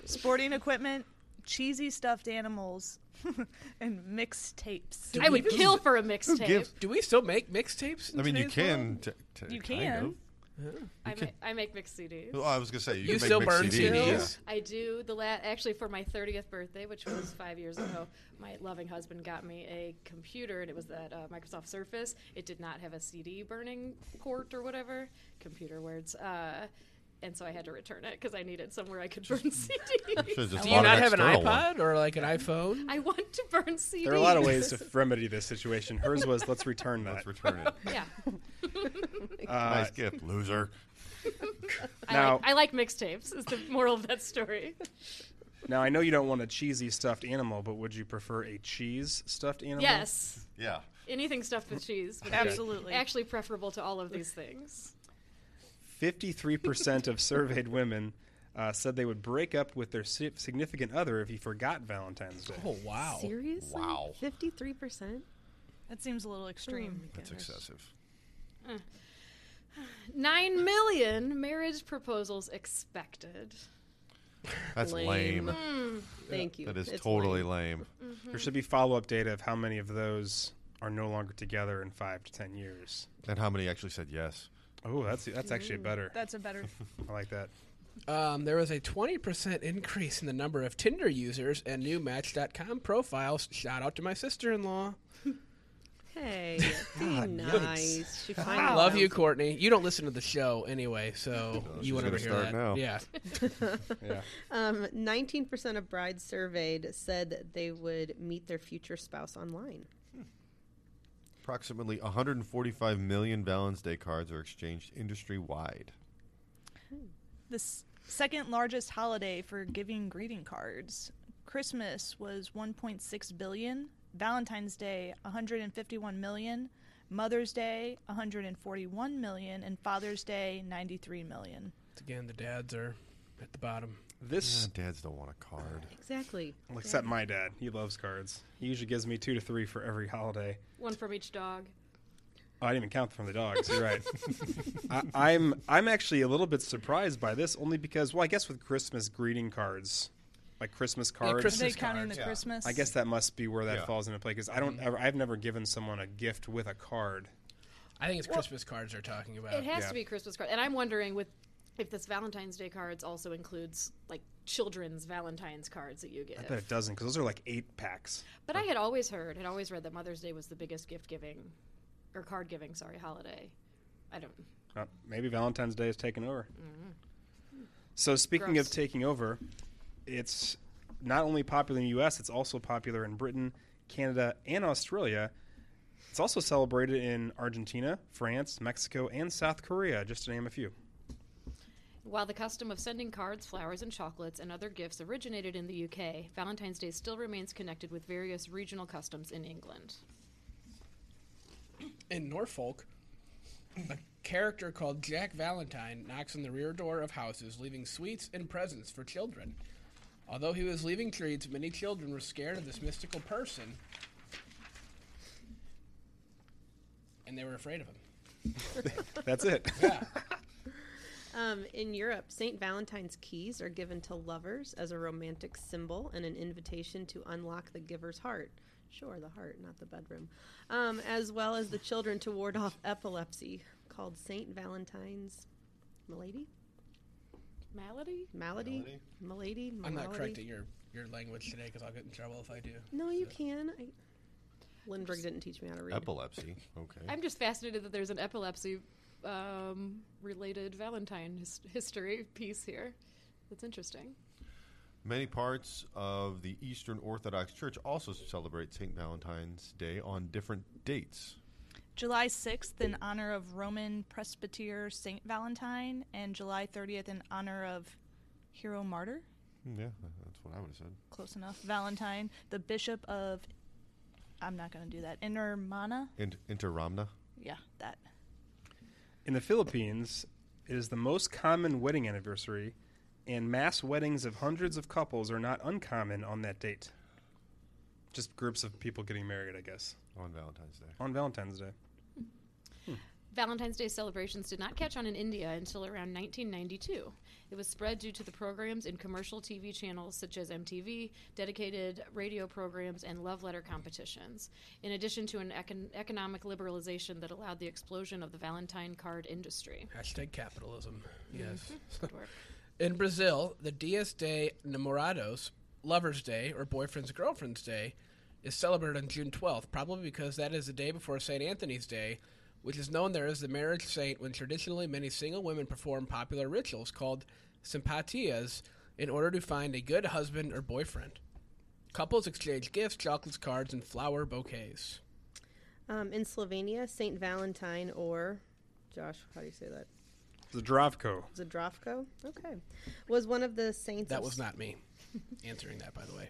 [SPEAKER 4] Sporting equipment, cheesy stuffed animals, and mixed tapes.
[SPEAKER 6] I would kill for a mixtape.
[SPEAKER 3] gives-
[SPEAKER 2] Do we still make mixtapes? in
[SPEAKER 3] I mean, you
[SPEAKER 2] today's
[SPEAKER 3] can.
[SPEAKER 2] world?
[SPEAKER 3] T- t-
[SPEAKER 4] You
[SPEAKER 3] kind
[SPEAKER 4] can.
[SPEAKER 3] of.
[SPEAKER 6] I, ma- I make mixed CDs.
[SPEAKER 3] Well, I was gonna say you,
[SPEAKER 2] You,
[SPEAKER 3] can make
[SPEAKER 2] still
[SPEAKER 3] mixed
[SPEAKER 2] burn
[SPEAKER 3] CDs. yeah.
[SPEAKER 2] CDs?
[SPEAKER 6] I do the la- actually for my 30th birthday, which was five years ago. My loving husband got me a computer, and it was that uh, Microsoft Surface. It did not have a CD burning port or whatever computer words, uh, and so I had to return it because I needed somewhere I could burn CDs.
[SPEAKER 3] Should've just
[SPEAKER 2] Do you
[SPEAKER 3] bought
[SPEAKER 2] not have an
[SPEAKER 3] external one.
[SPEAKER 2] iPod or like an iPhone?
[SPEAKER 6] I want to burn CDs.
[SPEAKER 1] There are a lot of ways to remedy this situation. Hers was let's return that.
[SPEAKER 3] Let's return it.
[SPEAKER 6] yeah,
[SPEAKER 1] Uh,
[SPEAKER 3] nice gift, loser.
[SPEAKER 6] I
[SPEAKER 1] Now-
[SPEAKER 6] like, I like mixtapes. Is the moral of that story?
[SPEAKER 1] now I know you don't want a cheesy stuffed animal, but would you prefer a cheese stuffed animal?
[SPEAKER 6] yes,
[SPEAKER 3] Yeah.
[SPEAKER 6] anything stuffed with cheese. would be
[SPEAKER 4] Absolutely.
[SPEAKER 6] Actually, preferable to all of these things.
[SPEAKER 1] Fifty-three percent of surveyed women uh, said they would break up with their si- significant other if you forgot Valentine's Day.
[SPEAKER 2] Oh wow!
[SPEAKER 5] Seriously?
[SPEAKER 3] Wow.
[SPEAKER 5] 53%?
[SPEAKER 4] That seems a little extreme.
[SPEAKER 3] That's excessive.
[SPEAKER 6] Nine million marriage proposals expected.
[SPEAKER 3] That's lame.
[SPEAKER 5] Lame. Thank you.
[SPEAKER 3] That is
[SPEAKER 5] It's
[SPEAKER 3] totally
[SPEAKER 5] lame.
[SPEAKER 3] lame.
[SPEAKER 1] There should be follow-up data of how many of those are no longer together in five to ten years.
[SPEAKER 3] And how many actually said yes?
[SPEAKER 1] Oh, that's that's actually better.
[SPEAKER 4] That's a better.
[SPEAKER 1] I like that.
[SPEAKER 2] Um, there was a 20% increase in the number of Tinder users and new Match.com profiles. Shout out to my sister-in-law.
[SPEAKER 5] Hey, be nice. She
[SPEAKER 6] Oh,
[SPEAKER 5] finally
[SPEAKER 2] Love you,
[SPEAKER 5] found-
[SPEAKER 2] Courtney. You don't listen to the show anyway, so you won't
[SPEAKER 3] gonna
[SPEAKER 2] ever hear
[SPEAKER 3] start
[SPEAKER 2] that.
[SPEAKER 3] now.
[SPEAKER 2] Yeah.
[SPEAKER 5] Um, 19% of brides surveyed said that they would meet their future spouse online.
[SPEAKER 3] Approximately 145 million Valentine's Day cards are exchanged industry wide.
[SPEAKER 4] the s- second largest holiday for giving greeting cards. Christmas was 1.6 billion, Valentine's Day 151 million, Mother's Day 141 million, and Father's Day 93 million.
[SPEAKER 2] Again, the dads are at the bottom.
[SPEAKER 1] This,
[SPEAKER 3] Ah, Dads don't want a card.
[SPEAKER 5] Exactly.
[SPEAKER 1] except my dad, he loves cards. He usually gives me two to three for every holiday.
[SPEAKER 6] One from each dog.
[SPEAKER 1] Oh, I didn't even count from the dogs. You're right. I, I'm I'm actually a little bit surprised by this, only because well, I guess with Christmas greeting cards, like Christmas cards,
[SPEAKER 4] Are
[SPEAKER 2] Christmas-
[SPEAKER 4] they counting the
[SPEAKER 2] cards.
[SPEAKER 3] Yeah.
[SPEAKER 4] Christmas?
[SPEAKER 1] I guess that must be where that
[SPEAKER 3] Yeah.
[SPEAKER 1] falls into play. Because I don't, ever, I've never given someone a gift with a card.
[SPEAKER 2] I think it's Christmas cards they're talking about.
[SPEAKER 6] It has
[SPEAKER 1] Uh, yeah.
[SPEAKER 6] to be Christmas card. And I'm wondering with if this Valentine's Day cards also includes like children's Valentine's cards that you
[SPEAKER 1] I bet
[SPEAKER 6] give.
[SPEAKER 1] it doesn't, because those are like eight packs.
[SPEAKER 6] But I had always heard, had always read that Mother's Day was the biggest gift giving or card giving, sorry, holiday. I don't
[SPEAKER 1] Uh, maybe Valentine's Day is taking over. So speaking
[SPEAKER 6] Gross.
[SPEAKER 1] of taking over, it's not only popular in the U.S. It's also popular in Britain, Canada, and Australia. It's also celebrated in Argentina, France, Mexico, and South Korea, just to name a few.
[SPEAKER 6] While the custom of sending cards, flowers, and chocolates and other gifts originated in the UK, Valentine's Day still remains connected with various regional customs in England.
[SPEAKER 2] In Norfolk, a character called Jack Valentine knocks on the rear door of houses, leaving sweets and presents for children. Although he was leaving treats, many children were scared of this mystical person, and they were afraid of him.
[SPEAKER 1] That's it.
[SPEAKER 5] Um, in Europe, St. Valentine's keys are given to lovers as a romantic symbol and an invitation to unlock the giver's heart. Sure, the heart, not the bedroom. Um, as well as the children to ward off epilepsy, called St. Valentine's Milady?
[SPEAKER 6] Malady?
[SPEAKER 5] Malady? Milady?
[SPEAKER 2] I'm not
[SPEAKER 5] Malady?
[SPEAKER 2] correcting your your language today because I'll get in trouble if I do.
[SPEAKER 5] No, you can. I... Lindbergh didn't teach me how to read.
[SPEAKER 3] Epilepsy. Okay.
[SPEAKER 6] I'm just fascinated that there's an epilepsy um, related Valentine his- history piece here. That's interesting.
[SPEAKER 3] Many parts of the Eastern Orthodox Church also celebrate St. Valentine's Day on different dates.
[SPEAKER 4] July 6th in honor of Roman Presbyter Saint Valentine, and July 30th in honor of hero martyr.
[SPEAKER 3] Hmm, Yeah, that's what I would have said.
[SPEAKER 4] Close enough. Valentine, the bishop of. I'm not going to do that. Innermana?
[SPEAKER 3] And Interamna.
[SPEAKER 4] Yeah, that.
[SPEAKER 1] In the Philippines, it is the most common wedding anniversary and mass weddings of hundreds of couples are not uncommon on that date. Just groups of people getting married, I guess,
[SPEAKER 3] on Valentine's Day.
[SPEAKER 1] on Valentine's Day.
[SPEAKER 6] Valentine's Day celebrations did not catch on in India until around 1992. It was spread due to the programs in commercial TV channels such as MTV, dedicated radio programs, and love letter competitions, in addition to an econ- economic liberalization that allowed the explosion of the Valentine card industry.
[SPEAKER 2] Hashtag capitalism. Yes.
[SPEAKER 6] Good work.
[SPEAKER 2] In Brazil, the Dias de Namorados, Lover's Day, or Boyfriend's Girlfriend's Day, is celebrated on June 12th, probably because that is the day before St. Anthony's Day, which is known there as the marriage saint when traditionally many single women perform popular rituals called simpatias in order to find a good husband or boyfriend. Couples exchange gifts, chocolates, cards, and flower bouquets.
[SPEAKER 5] Um, in Slovenia, Saint Valentine or Josh, how do you say that?
[SPEAKER 1] Zdravko.
[SPEAKER 5] Zdravko? Okay. Was one of the saints
[SPEAKER 2] That
[SPEAKER 5] of
[SPEAKER 2] was not me answering that, by the way.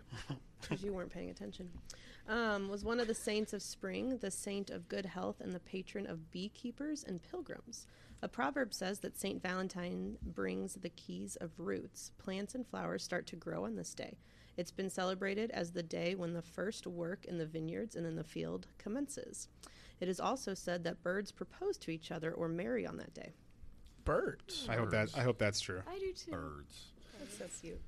[SPEAKER 5] because you weren't paying attention. Um, was one of the saints of spring, the saint of good health, and the patron of beekeepers and pilgrims. A proverb says that Saint Valentine brings the keys of roots. Plants and flowers start to grow on this day. It's been celebrated as the day when the first work in the vineyards and in the field commences. It is also said that birds propose to each other or marry on that day.
[SPEAKER 2] Birds.
[SPEAKER 1] I hope that I hope that's true.
[SPEAKER 6] I do too.
[SPEAKER 3] Birds.
[SPEAKER 5] That's so cute.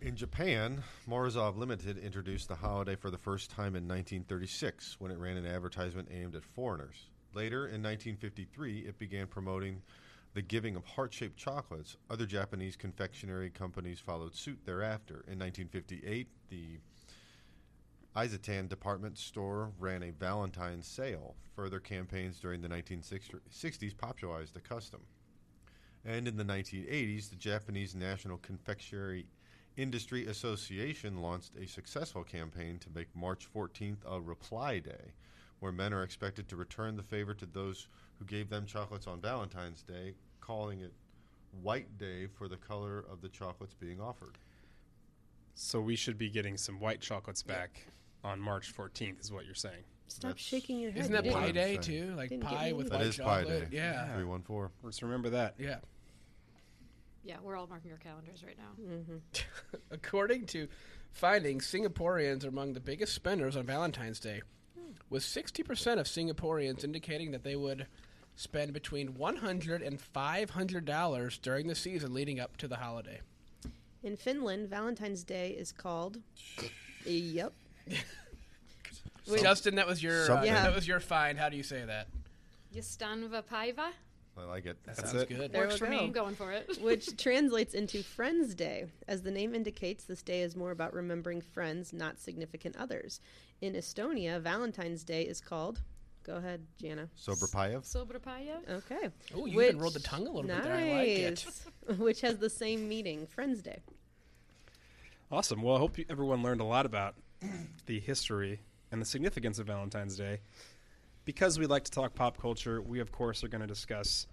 [SPEAKER 3] In Japan, Morozov Limited introduced the holiday for the first time in 1936 when it ran an advertisement aimed at foreigners. Later, in 1953, it began promoting the giving of heart shaped chocolates. Other Japanese confectionery companies followed suit thereafter. In 1958, the Izatan department store ran a Valentine's sale. Further campaigns during the 1960s popularized the custom. And in the 1980s, the Japanese National Confectionery Industry Association launched a successful campaign to make March 14th a reply day, where men are expected to return the favor to those who gave them chocolates on Valentine's Day, calling it White Day for the color of the chocolates being offered.
[SPEAKER 1] So we should be getting some white chocolates back on March 14th, is what you're saying.
[SPEAKER 5] Stop
[SPEAKER 3] That's-
[SPEAKER 5] shaking your head.
[SPEAKER 2] Isn't
[SPEAKER 5] you
[SPEAKER 2] that
[SPEAKER 5] didn't-
[SPEAKER 2] Pie
[SPEAKER 3] I'm
[SPEAKER 2] Day
[SPEAKER 3] saying.
[SPEAKER 2] too? Like
[SPEAKER 5] Didn't get
[SPEAKER 2] pie
[SPEAKER 5] me
[SPEAKER 2] with
[SPEAKER 5] either.
[SPEAKER 3] That
[SPEAKER 2] white
[SPEAKER 3] is
[SPEAKER 2] chocolate.
[SPEAKER 3] Pi Day.
[SPEAKER 2] Yeah.
[SPEAKER 3] 314.
[SPEAKER 1] Let's remember that.
[SPEAKER 2] Yeah.
[SPEAKER 6] Yeah, we're all marking our calendars right now.
[SPEAKER 2] According to findings, Singaporeans are among the biggest spenders on Valentine's Day, with 60% of Singaporeans indicating that they would spend between 100 and 500 dollars during the season leading up to the holiday.
[SPEAKER 5] In Finland, Valentine's Day is called. yep. Wait.
[SPEAKER 2] Justin, that was your uh,
[SPEAKER 3] Something.
[SPEAKER 5] Yeah.
[SPEAKER 2] that was your find. How do you say that?
[SPEAKER 6] Yastanva Paiva?
[SPEAKER 3] I like it.
[SPEAKER 1] That's
[SPEAKER 2] Sounds
[SPEAKER 1] it.
[SPEAKER 2] good.
[SPEAKER 5] There
[SPEAKER 6] Works
[SPEAKER 5] we
[SPEAKER 6] for me.
[SPEAKER 5] go.
[SPEAKER 6] I'm going for it.
[SPEAKER 5] which translates into Friends Day. As the name indicates, this day is more about remembering friends, not significant others. In Estonia, Valentine's Day is called. Go ahead, Jana.
[SPEAKER 3] Sobrapayev.
[SPEAKER 6] Sobra Paiva?
[SPEAKER 5] Okay.
[SPEAKER 2] Oh, you
[SPEAKER 5] Which-
[SPEAKER 2] even rolled the tongue a little bit there. I like it.
[SPEAKER 5] Nice. which has the same meaning, Friends Day.
[SPEAKER 1] Awesome. Well, I hope you, everyone learned a lot about the history and the significance of Valentine's Day. Because we like to talk pop culture, we of course are going to discuss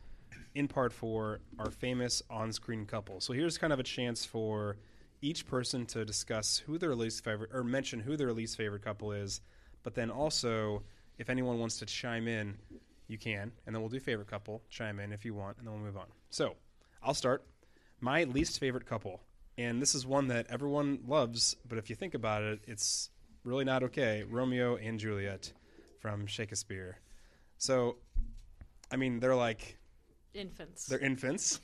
[SPEAKER 1] in part four our famous on-screen couple. So here's kind of a chance for each person to discuss who their least favorite or mention who their least favorite couple is, but then also if anyone wants to chime in, you can, and then we'll do favorite couple, chime in if you want, and then we'll move on. So I'll start. My least favorite couple, and this is one that everyone loves, but if you think about it, it's really not okay. Romeo and Juliet from Shakespeare. So, I mean, they're like
[SPEAKER 6] Infants.
[SPEAKER 1] they're infants.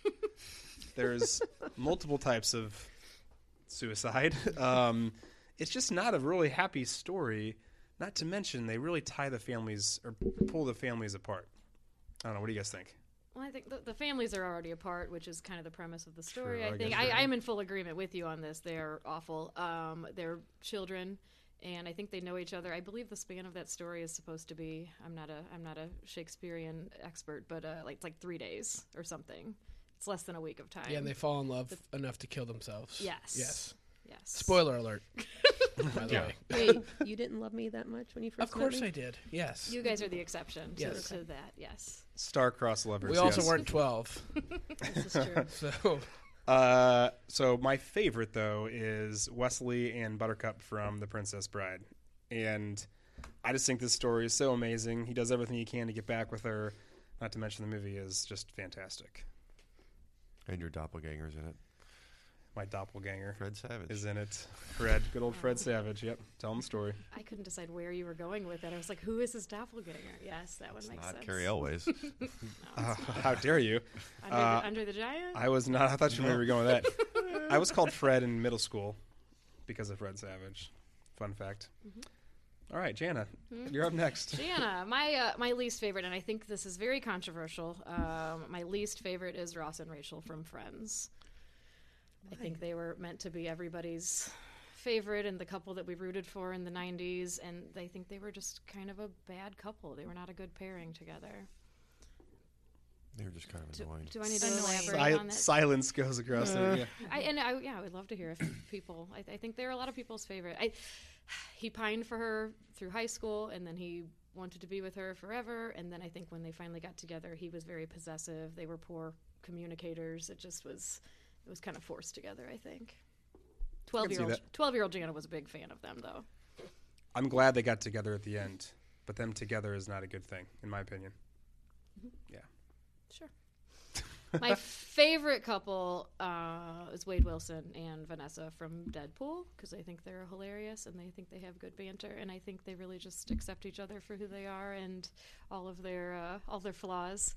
[SPEAKER 1] There's multiple types of suicide. Um, it's just not a really happy story. Not to mention, they really tie the families or pull the families apart. I don't know. What do you guys think?
[SPEAKER 6] Well, I think the, the families are already apart, which is kind of the premise of the story.
[SPEAKER 1] True,
[SPEAKER 6] I,
[SPEAKER 1] I
[SPEAKER 6] think
[SPEAKER 1] guess
[SPEAKER 6] I,
[SPEAKER 1] you're
[SPEAKER 6] I am in full agreement with you on this. They're awful. Um, they're children, and I think they know each other. I believe the span of that story is supposed to be. I'm not a I'm not a Shakespearean expert, but uh, like it's like three days or something. It's less than a week of time.
[SPEAKER 2] Yeah, and they fall in love enough to kill themselves.
[SPEAKER 6] Yes.
[SPEAKER 2] Yes.
[SPEAKER 6] yes.
[SPEAKER 2] Spoiler alert. by the way.
[SPEAKER 5] Wait, you didn't love me that much when you first
[SPEAKER 2] Of course
[SPEAKER 5] met me?
[SPEAKER 2] I did. Yes.
[SPEAKER 6] You guys are the exception to,
[SPEAKER 2] Yes.
[SPEAKER 6] to that. Yes,
[SPEAKER 1] Star-crossed lovers.
[SPEAKER 2] we also
[SPEAKER 1] yes.
[SPEAKER 2] weren't 12.
[SPEAKER 6] this is true.
[SPEAKER 2] So
[SPEAKER 1] Uh, so my favorite though is Wesley and Buttercup from The Princess Bride, and I just think this story is so amazing. He does everything he can to get back with her. Not to mention the movie is just fantastic.
[SPEAKER 3] And your doppelganger's in it.
[SPEAKER 1] my doppelganger
[SPEAKER 3] Fred Savage.
[SPEAKER 1] is in it. Fred, good old Fred Savage. Yep, tell him the story.
[SPEAKER 6] I couldn't decide where you were going with it. I was like, who is this doppelganger? Yes, that one makes
[SPEAKER 3] Not
[SPEAKER 6] sense.
[SPEAKER 3] Carrie Elways.
[SPEAKER 1] Uh, how dare you?
[SPEAKER 6] Under,
[SPEAKER 1] Uh,
[SPEAKER 6] the, under the giant?
[SPEAKER 1] I was not. I thought you knew where you were going with that. I was called Fred in middle school because of Fred Savage. Fun fact.
[SPEAKER 6] Mm-hmm.
[SPEAKER 1] All right, Jana, you're up next.
[SPEAKER 6] Jana, my uh, my least favorite, and I think this is very controversial. Um, my least favorite is Ross and Rachel from Friends. I think they were meant to be everybody's favorite and the couple that we rooted for in the '90s, and I think they were just kind of a bad couple. They were not a good pairing together.
[SPEAKER 3] they were just kind of
[SPEAKER 6] Do,
[SPEAKER 3] annoying.
[SPEAKER 6] do I need to
[SPEAKER 4] Annoying.
[SPEAKER 6] elaborate
[SPEAKER 1] Sil-
[SPEAKER 6] on that? Uh-huh.
[SPEAKER 1] silence goes across the. Yeah.
[SPEAKER 6] I, and I, yeah, I would love to hear if people. I, I think they're a lot of people's favorite. I, he pined for her through high school, and then he wanted to be with her forever. And then I think when they finally got together, he was very possessive. They were poor communicators. It just was. It was kind of forced together. I think. Twelve year old
[SPEAKER 1] that.
[SPEAKER 6] twelve year old Jana was a big fan of them, though.
[SPEAKER 1] I'm glad they got together at the end, but them together is not a good thing, in my opinion. Yeah.
[SPEAKER 6] Sure. My favorite couple uh, is Wade Wilson and Vanessa from Deadpool because I think they're hilarious and they think they have good banter and I think they really just accept each other for who they are and all of their uh, all their flaws.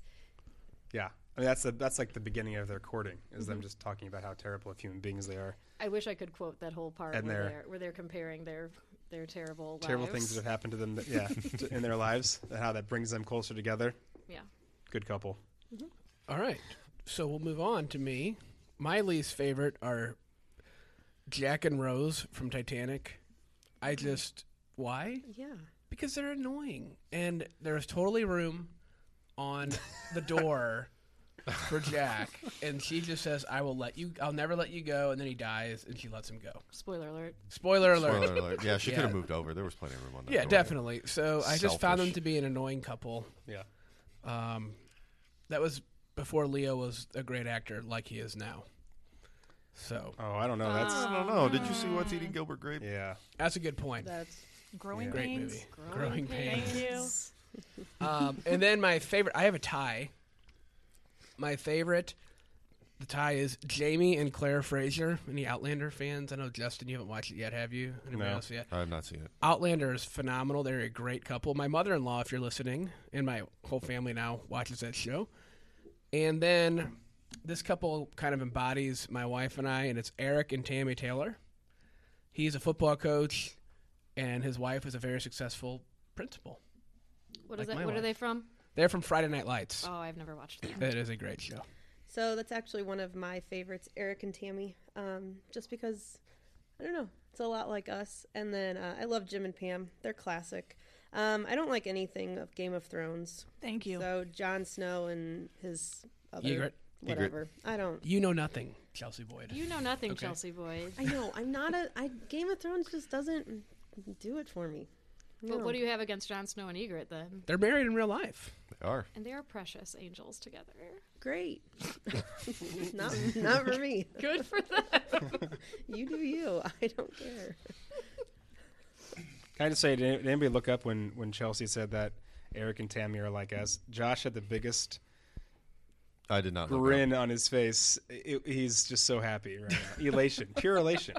[SPEAKER 1] Yeah. I mean, that's the that's like the beginning of their courting is
[SPEAKER 6] Mm-hmm.
[SPEAKER 1] them just talking about how terrible of human beings they are,
[SPEAKER 6] I wish I could quote that whole part
[SPEAKER 1] And
[SPEAKER 6] where
[SPEAKER 1] their-
[SPEAKER 6] they're where they're comparing their their terrible
[SPEAKER 1] terrible
[SPEAKER 6] lives.
[SPEAKER 1] things that have happened to them, that, yeah, t- in their lives, and how that brings them closer together.
[SPEAKER 6] yeah.
[SPEAKER 1] Good couple.
[SPEAKER 2] All right. So we'll move on to me. My least favorite are Jack and Rose from Titanic. I just why?
[SPEAKER 5] Yeah.
[SPEAKER 2] Because they're annoying. And there is totally room on the door for Jack. And she just says, I will let you I'll never let you go and then he dies and she lets him go.
[SPEAKER 6] Spoiler alert.
[SPEAKER 2] Spoiler alert.
[SPEAKER 3] Spoiler alert. Yeah, she
[SPEAKER 2] Yeah.
[SPEAKER 3] could have moved over. There was plenty of room on that.
[SPEAKER 2] Yeah,
[SPEAKER 3] door.
[SPEAKER 2] definitely. So I just found them
[SPEAKER 3] Selfish.
[SPEAKER 2] to be an annoying couple.
[SPEAKER 1] Yeah.
[SPEAKER 2] Um, that was before Leo was a great actor like he is now. So
[SPEAKER 1] Oh, I don't know. That's
[SPEAKER 2] Uh.
[SPEAKER 3] I don't know. Did you see What's
[SPEAKER 2] Ah.
[SPEAKER 3] Eating Gilbert Grape?
[SPEAKER 1] yeah.
[SPEAKER 2] that's a good point.
[SPEAKER 5] That's
[SPEAKER 4] Growing
[SPEAKER 2] Great
[SPEAKER 4] pains.
[SPEAKER 2] movie. Growing
[SPEAKER 6] pains.
[SPEAKER 2] Pains.
[SPEAKER 4] you.
[SPEAKER 2] Um, and then my favorite, I have a tie. My favorite, the tie is Jamie and Claire Fraser. Any Outlander fans? I know Justin, you haven't watched it yet, have you? Anybody
[SPEAKER 1] No.
[SPEAKER 2] else yet?
[SPEAKER 3] I have not seen it.
[SPEAKER 2] Outlander is phenomenal. They're a great couple. My mother in law, if you're listening, and my whole family now watches that show. And then this couple kind of embodies my wife and I, and it's Eric and Tammy Taylor. He's a football coach, and his wife is a very successful principal.
[SPEAKER 6] What is
[SPEAKER 2] Like my
[SPEAKER 6] that? What are
[SPEAKER 2] wife.
[SPEAKER 6] they from?
[SPEAKER 2] They're from Friday Night Lights.
[SPEAKER 6] Oh, I've never watched that.
[SPEAKER 2] That is a great show.
[SPEAKER 5] so that's actually one of my favorites, Eric and Tammy. Um, just because I don't know, it's a lot like us. And then uh, I love Jim and Pam; they're classic. Um, I don't like anything of Game of Thrones.
[SPEAKER 4] Thank you.
[SPEAKER 5] So Jon Snow and his
[SPEAKER 6] Oh,
[SPEAKER 5] other
[SPEAKER 2] Egret.
[SPEAKER 5] whatever. I don't.
[SPEAKER 2] You know nothing, Chelsea Boyd.
[SPEAKER 6] You know nothing,
[SPEAKER 2] Okay.
[SPEAKER 6] Chelsea Boyd.
[SPEAKER 5] I know. I'm not a. I Game of Thrones just doesn't do it for me.
[SPEAKER 6] But
[SPEAKER 5] No.
[SPEAKER 6] what do you have against Jon Snow and Egret then?
[SPEAKER 2] They're married in real life.
[SPEAKER 3] They are.
[SPEAKER 6] And they are precious angels together.
[SPEAKER 5] Great. not not for me.
[SPEAKER 6] Good for them.
[SPEAKER 5] You do you. I don't care.
[SPEAKER 1] Can I just say, did did anybody look up when, when Chelsea said that Eric and Tammy are like us? Josh had the biggest
[SPEAKER 3] I did not. look it up.
[SPEAKER 1] grin on his face. It- he's just so happy right now. Elation, pure elation.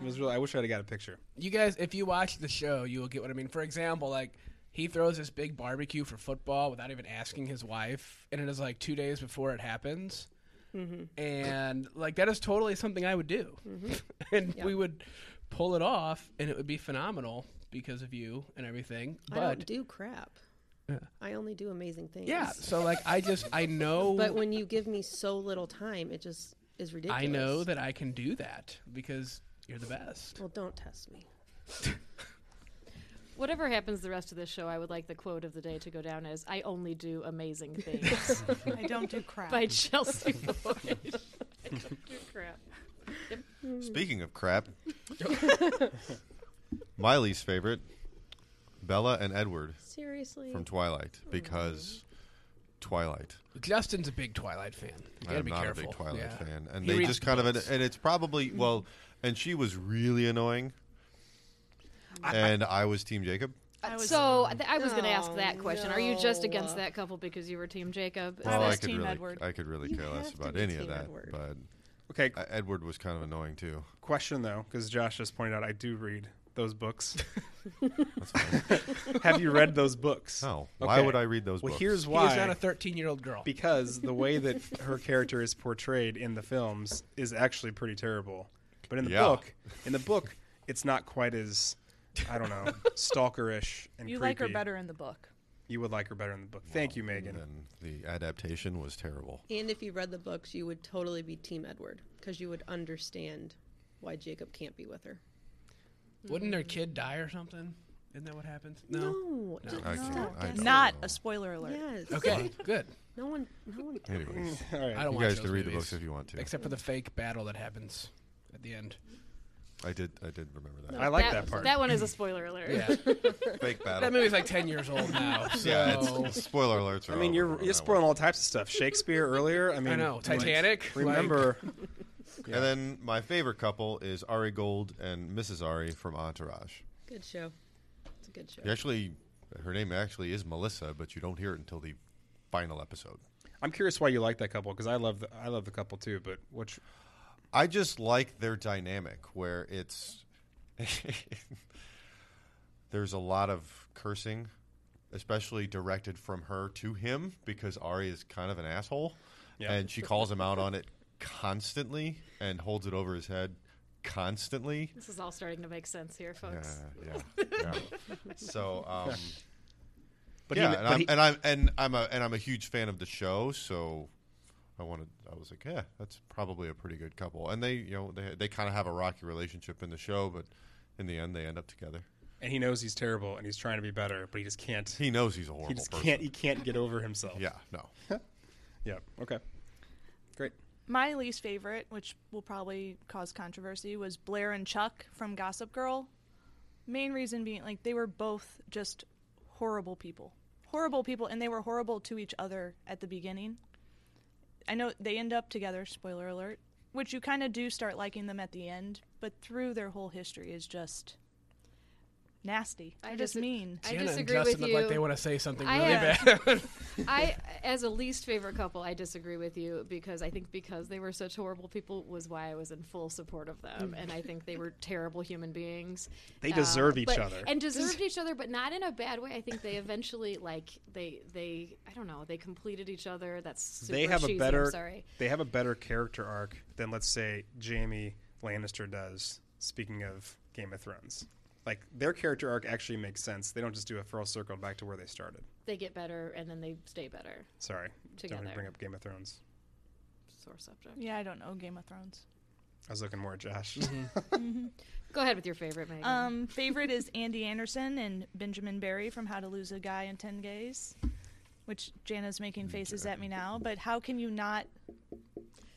[SPEAKER 1] It was really, I wish I'd have got a picture.
[SPEAKER 2] You guys, if you watch the show, you will get what I mean. For example, like he throws this big barbecue for football without even asking his wife, and it is like two days before it happens.
[SPEAKER 5] Mm-hmm.
[SPEAKER 2] And like that is totally something I would do,
[SPEAKER 5] Mm-hmm.
[SPEAKER 2] and we would pull it off, and it would be phenomenal because of you and everything.
[SPEAKER 5] I don't
[SPEAKER 2] But
[SPEAKER 5] do crap. I only do amazing things.
[SPEAKER 2] yeah, so like I just I know
[SPEAKER 5] But when you give me so little time, it just is ridiculous.
[SPEAKER 2] I know that I can do that because you're the best.
[SPEAKER 5] Well, don't test me.
[SPEAKER 6] Whatever happens the rest of this show, I would like the quote of the day to go down as "I only do amazing things"
[SPEAKER 4] I don't do crap.
[SPEAKER 6] by Chelsea Boyd. I don't do crap.
[SPEAKER 3] Speaking of crap, my least favorite, Bella and Edward
[SPEAKER 5] Seriously.
[SPEAKER 3] from Twilight, because Twilight.
[SPEAKER 2] Justin's a big Twilight fan. You gotta
[SPEAKER 3] I'm
[SPEAKER 2] be
[SPEAKER 3] not
[SPEAKER 2] careful.
[SPEAKER 3] a big Twilight
[SPEAKER 2] Yeah.
[SPEAKER 3] fan, and
[SPEAKER 2] He
[SPEAKER 3] they
[SPEAKER 2] reads
[SPEAKER 3] just
[SPEAKER 2] the
[SPEAKER 3] kind of
[SPEAKER 2] books.
[SPEAKER 3] and it's probably well, and she was really annoying, and I was Team Jacob.
[SPEAKER 4] I was,
[SPEAKER 6] so I th- I was going to ask
[SPEAKER 5] Oh,
[SPEAKER 6] that question. Are you just against
[SPEAKER 5] no.
[SPEAKER 6] that couple because you were Team Jacob? Is
[SPEAKER 4] I
[SPEAKER 3] Well,
[SPEAKER 6] that-
[SPEAKER 4] was
[SPEAKER 3] Oh, could
[SPEAKER 4] Team
[SPEAKER 3] really,
[SPEAKER 4] Edward.
[SPEAKER 3] I could really
[SPEAKER 5] You
[SPEAKER 3] care
[SPEAKER 5] have
[SPEAKER 3] less
[SPEAKER 5] to
[SPEAKER 3] about
[SPEAKER 5] be
[SPEAKER 3] any of
[SPEAKER 5] Team
[SPEAKER 3] that,
[SPEAKER 5] Edward.
[SPEAKER 3] but
[SPEAKER 1] Okay,
[SPEAKER 3] Uh, Edward was kind of annoying too.
[SPEAKER 1] question though, because Josh just pointed out I do read those books. Have you read those books?
[SPEAKER 3] No. "Oh, Why
[SPEAKER 1] Okay.
[SPEAKER 3] would I read those
[SPEAKER 1] Well,
[SPEAKER 3] books?
[SPEAKER 1] here's
[SPEAKER 2] He
[SPEAKER 1] why.
[SPEAKER 2] is not a 13 year old girl.
[SPEAKER 1] because the way that her character is portrayed in the films is actually pretty terrible. But in the
[SPEAKER 3] Yeah.
[SPEAKER 1] book, in the book, it's not quite as I don't know stalkerish and
[SPEAKER 4] You
[SPEAKER 1] creepy.
[SPEAKER 4] like her better in the book.
[SPEAKER 1] You would like her better in the book. Thank you, Megan.
[SPEAKER 3] and the adaptation was terrible.
[SPEAKER 5] And if you read the books, you would totally be Team Edward because you would understand why Jacob can't be with her.
[SPEAKER 2] Wouldn't
[SPEAKER 6] Mm-hmm.
[SPEAKER 2] their kid die or something? Isn't that what happens?
[SPEAKER 5] No. just-
[SPEAKER 3] I can't. I don't
[SPEAKER 4] Not
[SPEAKER 3] know.
[SPEAKER 4] a spoiler alert.
[SPEAKER 5] Yes.
[SPEAKER 2] Okay, good.
[SPEAKER 5] No one. No one.
[SPEAKER 3] Anyways,
[SPEAKER 1] All right.
[SPEAKER 2] I don't
[SPEAKER 3] you
[SPEAKER 2] watch
[SPEAKER 3] guys
[SPEAKER 2] those
[SPEAKER 3] can read the
[SPEAKER 2] movies,
[SPEAKER 3] books if you want to.
[SPEAKER 2] Except for the fake battle that happens at the end.
[SPEAKER 3] I did. I did remember that.
[SPEAKER 1] I like that, part.
[SPEAKER 6] That one is a spoiler alert.
[SPEAKER 2] Yeah.
[SPEAKER 3] Fake battle.
[SPEAKER 2] that movie's like 10 years old now. So.
[SPEAKER 3] yeah, it's, spoiler alerts. Are
[SPEAKER 1] I mean, you're
[SPEAKER 3] over
[SPEAKER 1] you're
[SPEAKER 3] on that one.
[SPEAKER 1] spoiling all types of stuff. Shakespeare earlier. I mean,
[SPEAKER 2] I know. Titanic. like-
[SPEAKER 1] Remember,
[SPEAKER 3] And then my favorite couple is Ari Gold and Mrs. Ari from Entourage.
[SPEAKER 5] Good show. It's a good show.
[SPEAKER 3] You actually, her name actually is Melissa, but you don't hear it until the final episode.
[SPEAKER 1] I'm curious why you like that couple because I love the, I love the couple too. But which
[SPEAKER 3] I just like their dynamic where it's there's a lot of cursing, especially directed from her to him because Ari is kind of an asshole,
[SPEAKER 1] Yeah.
[SPEAKER 3] and she calls him out on it constantly and holds it over his head constantly.
[SPEAKER 6] This is all starting to make sense here, folks.
[SPEAKER 3] Yeah, yeah, yeah. So, um,
[SPEAKER 1] but
[SPEAKER 3] yeah,
[SPEAKER 1] he,
[SPEAKER 3] and,
[SPEAKER 1] but
[SPEAKER 3] I'm,
[SPEAKER 1] he-
[SPEAKER 3] and I'm and I'm a and I'm a huge fan of the show, so I wanted. I was like, yeah, that's probably a pretty good couple, and they, you know, they they kind of have a rocky relationship in the show, but in the end, they end up together.
[SPEAKER 1] and he knows he's terrible and he's trying to be better, but he just can't.
[SPEAKER 3] He knows he's a horrible
[SPEAKER 1] he just
[SPEAKER 3] person.
[SPEAKER 1] can't. He can't get over himself.
[SPEAKER 3] yeah, no.
[SPEAKER 1] Yeah. Okay. Great.
[SPEAKER 4] My least favorite, which will probably cause controversy, was Blair and Chuck from Gossip Girl. Main reason being, like, they were both just horrible people. Horrible people, and they were horrible to each other at the beginning. I know they end up together, spoiler alert, which you kind of do start liking them at the end, but through their whole history is just nasty.
[SPEAKER 6] I
[SPEAKER 4] I just
[SPEAKER 6] dis-
[SPEAKER 4] mean.
[SPEAKER 6] I
[SPEAKER 2] Jenna and
[SPEAKER 6] disagree
[SPEAKER 2] Justin
[SPEAKER 6] with
[SPEAKER 2] look
[SPEAKER 6] you.
[SPEAKER 2] like they want to say something
[SPEAKER 6] I
[SPEAKER 2] really
[SPEAKER 6] have-
[SPEAKER 2] bad.
[SPEAKER 6] I, as a least favorite couple, I disagree with you because I think because they were such horrible people was why I was in full support of them, and I think they were terrible human beings.
[SPEAKER 1] They deserve
[SPEAKER 6] Um, but-
[SPEAKER 1] each other.
[SPEAKER 6] and deserved each other, but not in a bad way. I think they eventually, like they, they, I don't know, they completed each other. That's super
[SPEAKER 1] they have
[SPEAKER 6] cheesy,
[SPEAKER 1] a
[SPEAKER 6] I'm
[SPEAKER 1] better.
[SPEAKER 6] sorry,
[SPEAKER 1] They have a better character arc than let's say Jamie Lannister does. Speaking of Game of Thrones, like their character arc actually makes sense. They don't just do a full circle back to where they started.
[SPEAKER 6] they get better and then they stay better.
[SPEAKER 1] Sorry, don't
[SPEAKER 6] Together.
[SPEAKER 1] even bring up Game of Thrones.
[SPEAKER 6] Sore subject.
[SPEAKER 4] Yeah, I don't know Game of Thrones.
[SPEAKER 1] I was looking more at Josh.
[SPEAKER 6] Mm-hmm. Go ahead with your favorite, Megan.
[SPEAKER 4] Um, favorite is Andy Anderson and Benjamin Barry from How to Lose a Guy in Ten Days, which Jana's making faces at me now. But how can you not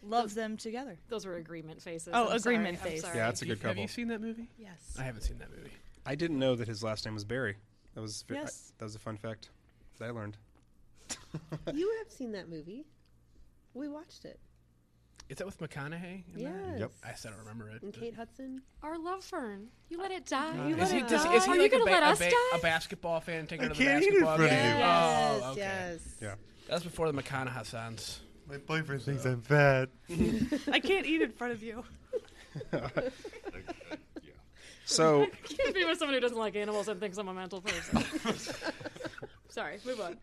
[SPEAKER 4] love them together?
[SPEAKER 6] Those were agreement faces.
[SPEAKER 4] Oh,
[SPEAKER 6] I'm sorry,
[SPEAKER 4] agreement
[SPEAKER 6] I'm
[SPEAKER 4] face.
[SPEAKER 6] sorry.
[SPEAKER 1] yeah, that's a
[SPEAKER 2] You-
[SPEAKER 1] good couple.
[SPEAKER 2] Have you seen that movie?
[SPEAKER 5] Yes.
[SPEAKER 2] I haven't seen that movie.
[SPEAKER 1] I didn't know that his last name was Barry. That was I-
[SPEAKER 4] Yes.
[SPEAKER 1] that was a fun fact that I learned.
[SPEAKER 5] you have seen that movie. We watched it.
[SPEAKER 2] Is that with McConaughey? in
[SPEAKER 5] Yes.
[SPEAKER 2] that?
[SPEAKER 3] Yep.
[SPEAKER 2] I said I don't remember it.
[SPEAKER 5] And Kate Hudson.
[SPEAKER 6] Our love fern. You let it die. you
[SPEAKER 2] Is
[SPEAKER 6] let
[SPEAKER 2] he,
[SPEAKER 6] it
[SPEAKER 2] does,
[SPEAKER 6] die.
[SPEAKER 2] is he
[SPEAKER 6] Are
[SPEAKER 2] like
[SPEAKER 6] you
[SPEAKER 2] a,
[SPEAKER 6] gonna
[SPEAKER 2] ba-
[SPEAKER 6] let
[SPEAKER 2] a,
[SPEAKER 6] us
[SPEAKER 2] ba-
[SPEAKER 6] die?
[SPEAKER 2] a basketball fan and take her
[SPEAKER 3] I
[SPEAKER 2] to the
[SPEAKER 3] can't eat it
[SPEAKER 2] basketball
[SPEAKER 3] for
[SPEAKER 2] game?
[SPEAKER 3] you.
[SPEAKER 5] Yes.
[SPEAKER 2] Oh, okay.
[SPEAKER 5] Yes.
[SPEAKER 1] Yeah.
[SPEAKER 2] That was before the McConaughey
[SPEAKER 3] My boyfriend thinks I'm fat.
[SPEAKER 4] I can't eat in front of you.
[SPEAKER 1] So
[SPEAKER 6] Can't be with someone who doesn't like animals and thinks I'm a mental person. Sorry, move on.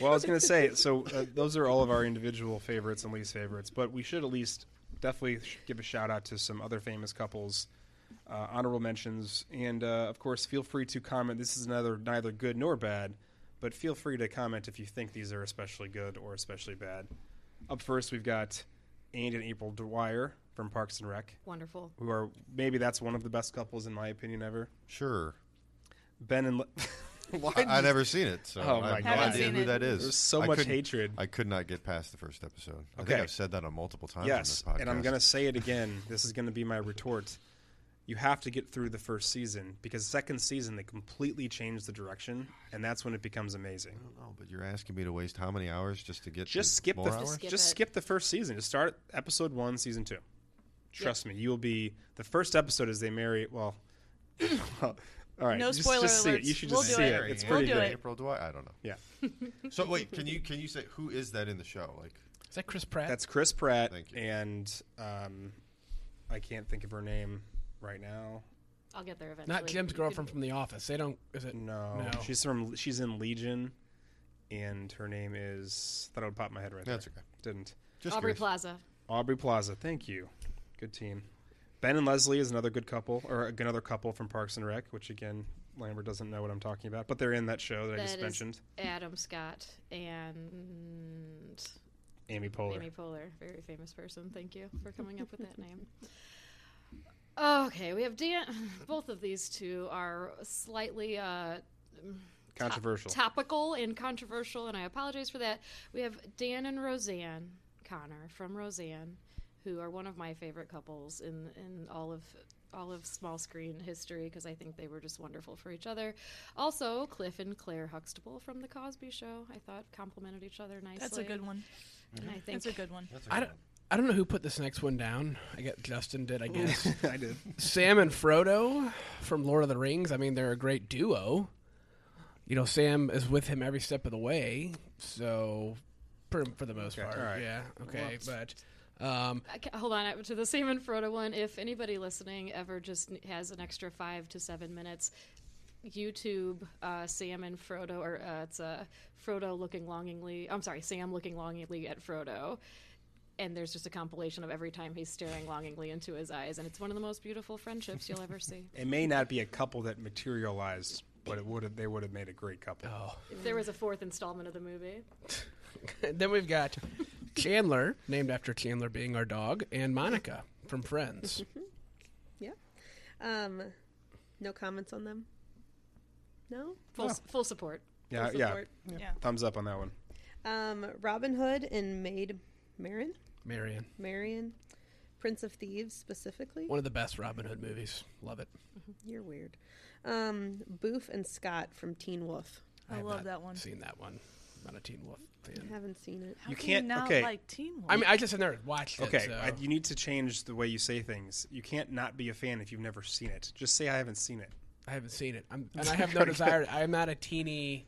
[SPEAKER 1] well, I was going to say, so uh, those are all of our individual favorites and least favorites, but we should at least definitely sh- give a shout out to some other famous couples, uh, honorable mentions, and uh, of course, feel free to comment. This is another neither good nor bad, but feel free to comment if you think these are especially good or especially bad. Up first, we've got Andy and April Dwyer from Parks and Rec,
[SPEAKER 6] Wonderful.
[SPEAKER 1] who are maybe that's one of the best couples in my opinion ever.
[SPEAKER 3] Sure.
[SPEAKER 1] Ben and Le- why?
[SPEAKER 3] I, I never seen it, so
[SPEAKER 1] Oh
[SPEAKER 3] I
[SPEAKER 1] my
[SPEAKER 3] have no
[SPEAKER 1] God.
[SPEAKER 3] idea
[SPEAKER 4] Haven't
[SPEAKER 3] who
[SPEAKER 4] seen
[SPEAKER 3] that
[SPEAKER 4] it.
[SPEAKER 3] is.
[SPEAKER 1] There's so
[SPEAKER 3] I
[SPEAKER 1] much
[SPEAKER 3] couldn't-
[SPEAKER 1] hatred.
[SPEAKER 3] I could not get past the first episode. I
[SPEAKER 1] Okay.
[SPEAKER 3] think I've said that on multiple times
[SPEAKER 1] Yes,
[SPEAKER 3] on this podcast.
[SPEAKER 1] and I'm going to say it again. This is going to be my retort. You have to get through the first season because second season they completely change the direction, and that's when it becomes amazing.
[SPEAKER 3] Oh, but you're asking me to waste how many hours just to get
[SPEAKER 1] Just
[SPEAKER 3] to
[SPEAKER 1] skip
[SPEAKER 3] more
[SPEAKER 1] the
[SPEAKER 3] hours?
[SPEAKER 1] just,
[SPEAKER 6] Skip it.
[SPEAKER 1] skip the first season. Just start episode one, season two. Trust me, you'll be the first episode is they marry. Well, all right.
[SPEAKER 4] No
[SPEAKER 1] just,
[SPEAKER 4] spoiler
[SPEAKER 1] just see it.
[SPEAKER 4] alerts.
[SPEAKER 1] You should
[SPEAKER 4] We'll
[SPEAKER 1] just
[SPEAKER 4] do
[SPEAKER 1] see
[SPEAKER 4] it.
[SPEAKER 1] it. It's
[SPEAKER 4] We'll
[SPEAKER 1] pretty
[SPEAKER 4] do
[SPEAKER 1] great.
[SPEAKER 4] it.
[SPEAKER 3] April Dwight. I don't know.
[SPEAKER 1] Yeah.
[SPEAKER 3] So wait, can you can you say who is that in the show? Like
[SPEAKER 2] Is that Chris Pratt?
[SPEAKER 1] That's Chris Pratt.
[SPEAKER 3] Thank you.
[SPEAKER 1] And um, I can't think of her name right now.
[SPEAKER 6] I'll get there eventually.
[SPEAKER 2] not Jim's
[SPEAKER 6] You could-
[SPEAKER 2] girlfriend from The Office. They don't. Is it?
[SPEAKER 1] No,
[SPEAKER 2] No.
[SPEAKER 1] she's from she's in Legion, and her name is thought it would pop in my head right
[SPEAKER 3] That's
[SPEAKER 1] there.
[SPEAKER 3] okay.
[SPEAKER 1] Didn't
[SPEAKER 3] Just
[SPEAKER 6] Aubrey
[SPEAKER 3] curious.
[SPEAKER 6] Plaza.
[SPEAKER 1] Aubrey Plaza? Thank you. Good team. Ben and Leslie is another good couple, or another couple from Parks and Rec, which again Lambert doesn't know what I'm talking about, but they're in that show that, I
[SPEAKER 6] That
[SPEAKER 1] just
[SPEAKER 6] is
[SPEAKER 1] mentioned.
[SPEAKER 6] Adam Scott and
[SPEAKER 1] Amy Poehler.
[SPEAKER 6] Amy Poehler, very famous person. Thank you for coming up with that name. Okay, we have Dan. Both of these two are slightly uh,
[SPEAKER 1] Controversial.
[SPEAKER 6] topical and controversial, and I apologize for that. We have Dan and Roseanne Connor from Roseanne, who are one of my favorite couples in in all of all of small screen history because I think they were just wonderful for each other. Also, Cliff and Claire Huxtable from The Cosby Show, I thought complimented each other nicely.
[SPEAKER 4] That's a good one.
[SPEAKER 6] And I think
[SPEAKER 4] That's a good one.
[SPEAKER 3] That's a
[SPEAKER 2] I
[SPEAKER 3] good
[SPEAKER 2] don't.
[SPEAKER 3] one.
[SPEAKER 2] I don't know who put this next one down. I guess Justin did. I guess
[SPEAKER 1] I did.
[SPEAKER 2] Sam and Frodo from Lord of the Rings. I mean, they're a great duo. You know, Sam is with him every step of the way. So, for, for the most
[SPEAKER 1] Okay,
[SPEAKER 2] part,
[SPEAKER 1] all right.
[SPEAKER 2] yeah, okay, but um,
[SPEAKER 6] I ca- hold on uh, to the Sam and Frodo one. If anybody listening ever just n- has an extra five to seven minutes, YouTube uh, Sam and Frodo, or uh, it's uh, Frodo looking longingly. I'm sorry, Sam looking longingly at Frodo. And there's just a compilation of every time he's staring longingly into his eyes, and it's one of the most beautiful friendships you'll ever see.
[SPEAKER 1] It may not be a couple that materialized, but it would have, they would have made a great couple.
[SPEAKER 6] If there was a fourth installment of the movie,
[SPEAKER 2] then we've got Chandler, named after Chandler being our dog, and Monica from Friends.
[SPEAKER 5] Yeah. Um, no comments on them. No.
[SPEAKER 6] full s full support.
[SPEAKER 1] yeah,
[SPEAKER 5] Full
[SPEAKER 1] yeah.
[SPEAKER 5] support.
[SPEAKER 4] Yeah.
[SPEAKER 1] Thumbs up on that one.
[SPEAKER 5] Um, Robin Hood and Maid Marian,
[SPEAKER 2] Marion,
[SPEAKER 5] Marian, Prince of Thieves specifically.
[SPEAKER 2] one of the best Robin Hood movies. Love it.
[SPEAKER 5] You're weird. Um, Boof and Scott from Teen Wolf.
[SPEAKER 4] I
[SPEAKER 2] have
[SPEAKER 4] love
[SPEAKER 2] not
[SPEAKER 4] that one.
[SPEAKER 2] Seen that one? Not a Teen Wolf
[SPEAKER 5] I
[SPEAKER 2] fan.
[SPEAKER 5] haven't seen it.
[SPEAKER 4] How
[SPEAKER 1] You
[SPEAKER 4] can
[SPEAKER 1] can't-
[SPEAKER 4] you not
[SPEAKER 1] okay.
[SPEAKER 4] like Teen Wolf?
[SPEAKER 2] I mean, I just have never watched it.
[SPEAKER 1] Okay,
[SPEAKER 2] so-
[SPEAKER 1] I, you need to change the way you say things. You can't not be a fan if you've never seen it. Just say I haven't seen it.
[SPEAKER 2] I haven't seen it, I'm, and I have no desire. I am not a teeny.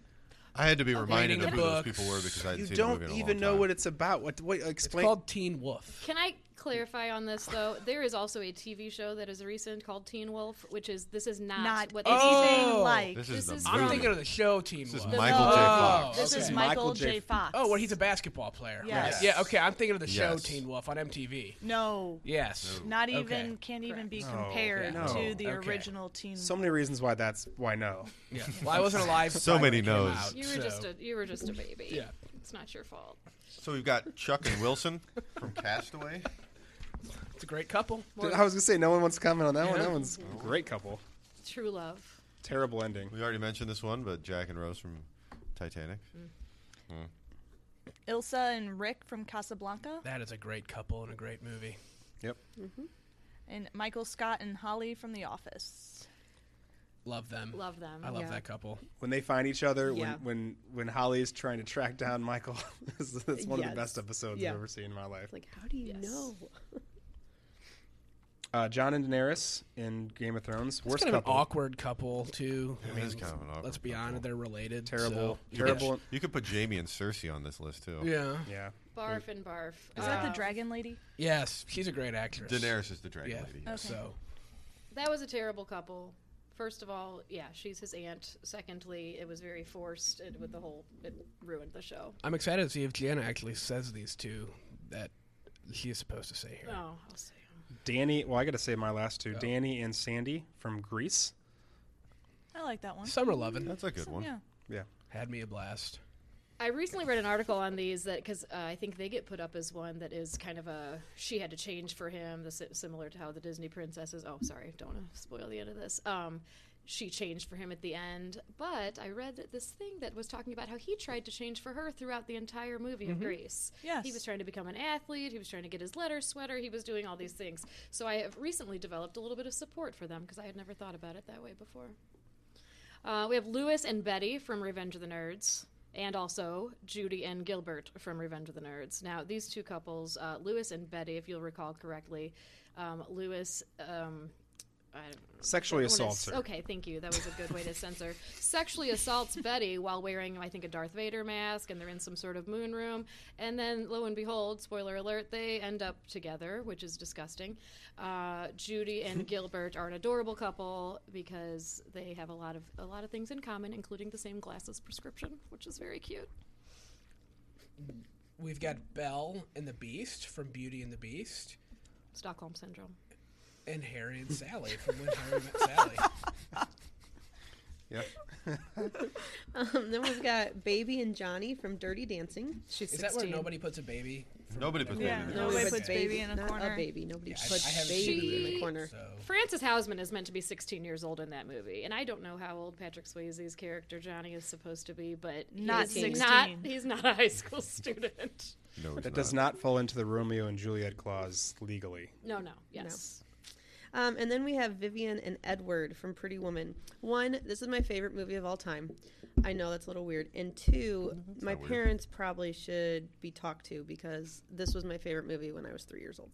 [SPEAKER 3] I had to be reminded
[SPEAKER 2] reading
[SPEAKER 3] of who
[SPEAKER 2] the
[SPEAKER 3] those
[SPEAKER 2] books.
[SPEAKER 3] people were because I hadn't
[SPEAKER 1] You
[SPEAKER 3] seen the
[SPEAKER 1] don't
[SPEAKER 3] movie in a
[SPEAKER 1] even
[SPEAKER 3] long
[SPEAKER 1] know
[SPEAKER 3] time.
[SPEAKER 1] what it's about. What? What? Explain.
[SPEAKER 2] Called Teen Wolf.
[SPEAKER 6] Can I clarify on this though? There is also a TV show that is recent called Teen Wolf, which is this is not,
[SPEAKER 4] not
[SPEAKER 6] what
[SPEAKER 4] anything
[SPEAKER 6] they
[SPEAKER 2] Oh.
[SPEAKER 4] like.
[SPEAKER 3] This is
[SPEAKER 6] This
[SPEAKER 3] the
[SPEAKER 6] is
[SPEAKER 2] I'm
[SPEAKER 6] from-
[SPEAKER 3] movie.
[SPEAKER 2] thinking of the show Teen
[SPEAKER 3] This is
[SPEAKER 2] Wolf. Oh,
[SPEAKER 3] Michael J.
[SPEAKER 4] No.
[SPEAKER 3] Fox.
[SPEAKER 4] This
[SPEAKER 2] Okay.
[SPEAKER 4] is Michael,
[SPEAKER 1] Michael J.
[SPEAKER 4] J. Fox.
[SPEAKER 2] oh, well, he's a basketball player.
[SPEAKER 4] Yes.
[SPEAKER 2] right? Yeah. Okay. I'm thinking of the show
[SPEAKER 3] Yes.
[SPEAKER 2] Teen Wolf on MTV.
[SPEAKER 4] no.
[SPEAKER 2] Yes.
[SPEAKER 4] Not
[SPEAKER 2] Okay.
[SPEAKER 4] even can't even be
[SPEAKER 1] No.
[SPEAKER 4] compared
[SPEAKER 1] Yeah. No.
[SPEAKER 4] to the
[SPEAKER 2] Okay.
[SPEAKER 4] original Teen
[SPEAKER 1] so many reasons why that's why no.
[SPEAKER 2] Yeah. Well, I wasn't alive.
[SPEAKER 3] So
[SPEAKER 2] when
[SPEAKER 3] many
[SPEAKER 2] it came
[SPEAKER 3] no's.
[SPEAKER 2] out,
[SPEAKER 6] You were
[SPEAKER 2] so-
[SPEAKER 6] just a you were just a baby.
[SPEAKER 2] Yeah.
[SPEAKER 6] It's not your fault.
[SPEAKER 3] So we've got Chuck and Wilson from Castaway.
[SPEAKER 2] It's a great couple.
[SPEAKER 1] I was gonna say no one wants to comment on that one.
[SPEAKER 2] Yeah.
[SPEAKER 1] That one's a great couple.
[SPEAKER 6] True love.
[SPEAKER 1] Terrible ending.
[SPEAKER 3] We already mentioned this one, but Jack and Rose from Titanic.
[SPEAKER 4] Wolf. Ilsa and Rick from Casablanca,
[SPEAKER 2] That is a great couple and a great movie.
[SPEAKER 1] Yep.
[SPEAKER 4] and Michael Scott and Holly from The Office.
[SPEAKER 2] Love them.
[SPEAKER 6] Love them.
[SPEAKER 2] I love
[SPEAKER 6] yeah.
[SPEAKER 2] that couple.
[SPEAKER 1] When they find each other,
[SPEAKER 5] Yeah.
[SPEAKER 1] when when when Holly is trying to track down Michael, that's that's one of
[SPEAKER 5] Yes.
[SPEAKER 1] the best episodes
[SPEAKER 5] Yeah.
[SPEAKER 1] I've ever seen in my life.
[SPEAKER 5] Like, how do you
[SPEAKER 6] Yes.
[SPEAKER 5] know?
[SPEAKER 1] Uh, John and Daenerys in Game of Thrones.
[SPEAKER 2] It's
[SPEAKER 1] Worst
[SPEAKER 2] kind of
[SPEAKER 1] couple.
[SPEAKER 2] an awkward couple too. I mean,
[SPEAKER 3] is kind of an awkward
[SPEAKER 2] let's be
[SPEAKER 3] couple.
[SPEAKER 2] honest, they're related.
[SPEAKER 1] terrible.
[SPEAKER 2] so-
[SPEAKER 1] Terrible.
[SPEAKER 3] You could put Jamie and Cersei on this list too.
[SPEAKER 2] Yeah.
[SPEAKER 1] Yeah.
[SPEAKER 6] Barf and barf. Uh,
[SPEAKER 4] Is that
[SPEAKER 6] Ah.
[SPEAKER 4] the Dragon Lady?
[SPEAKER 2] Yes, she's a great actress.
[SPEAKER 3] Daenerys is the dragon
[SPEAKER 2] Yeah.
[SPEAKER 3] lady.
[SPEAKER 2] So
[SPEAKER 6] that was a terrible couple. First of all, yeah, she's his aunt. Secondly, it was very forced and with the whole it ruined the show.
[SPEAKER 2] I'm excited to see if Gianna actually says these two that she is supposed to say here.
[SPEAKER 6] Oh, I'll say.
[SPEAKER 1] Danny. Well, I got to say my last two. Danny and Sandy from Greece.
[SPEAKER 4] I like that one.
[SPEAKER 2] Summer lovin'
[SPEAKER 3] That's a good one.
[SPEAKER 4] yeah.
[SPEAKER 1] Yeah.
[SPEAKER 2] had me a blast.
[SPEAKER 6] I recently read an article on these that because uh, I think they get put up as one that is kind of a she had to change for him, the, si- similar to how the Disney princesses. Oh, sorry, don't want to spoil the end of this. Um, she changed for him at the end, but I read this thing that was talking about how he tried to change for her throughout the entire movie of Greece.
[SPEAKER 4] Yes.
[SPEAKER 6] he was trying to become an athlete. He was trying to get his letter sweater. He was doing all these things. So I have recently developed a little bit of support for them because I had never thought about it that way before. Uh, we have Lewis and Betty from Revenge of the Nerds, and also Judy and Gilbert from Revenge of the Nerds. Now, these two couples, uh, Lewis and Betty, if you'll recall correctly, um, Lewis um, I don't know.
[SPEAKER 1] Sexually
[SPEAKER 6] Don't wanna s-
[SPEAKER 1] assaults her.
[SPEAKER 6] Okay, thank you. That was a good way to censor. Sexually assaults Betty while wearing, I think, a Darth Vader mask, and they're in some sort of moon room. And then, lo and behold, spoiler alert, they end up together, which is disgusting. Uh, Judy and Gilbert are an adorable couple because they have a lot of a lot of things in common, including the same glasses prescription, which is very cute.
[SPEAKER 2] We've got Belle and the Beast from Beauty and the Beast,
[SPEAKER 6] Stockholm syndrome.
[SPEAKER 2] and Harry and Sally from When Harry Met Sally.
[SPEAKER 3] Yeah.
[SPEAKER 5] Um, then we've got Baby and Johnny from Dirty Dancing.
[SPEAKER 7] She's
[SPEAKER 2] Is
[SPEAKER 7] 16.
[SPEAKER 2] that where nobody puts a baby? from-
[SPEAKER 3] Nobody puts
[SPEAKER 4] Yeah.
[SPEAKER 3] baby
[SPEAKER 4] No,
[SPEAKER 3] there.
[SPEAKER 4] Nobody
[SPEAKER 5] but
[SPEAKER 4] puts baby in a
[SPEAKER 5] not
[SPEAKER 4] corner.
[SPEAKER 5] A baby. Nobody
[SPEAKER 2] Yeah, I- I
[SPEAKER 5] puts
[SPEAKER 2] haven't seen
[SPEAKER 5] baby in
[SPEAKER 6] She-
[SPEAKER 5] the corner.
[SPEAKER 2] So
[SPEAKER 6] Frances Hausman is meant to be 16 years old in that movie, and I don't know how old Patrick Swayze's character Johnny is supposed to be, but he
[SPEAKER 4] Not
[SPEAKER 6] is- he's
[SPEAKER 4] 16.
[SPEAKER 6] Not, he's not a high school student.
[SPEAKER 3] No, it's
[SPEAKER 1] That does not fall into the Romeo and Juliet clause legally.
[SPEAKER 6] No, no, yes,
[SPEAKER 5] Um, and then we have Vivian and Edward from Pretty Woman. One, this is my favorite movie of all time. I know that's a little weird. And 2 my
[SPEAKER 3] Mm-hmm. weird.
[SPEAKER 5] parents probably should be talked to because this was my favorite movie when I was three years old.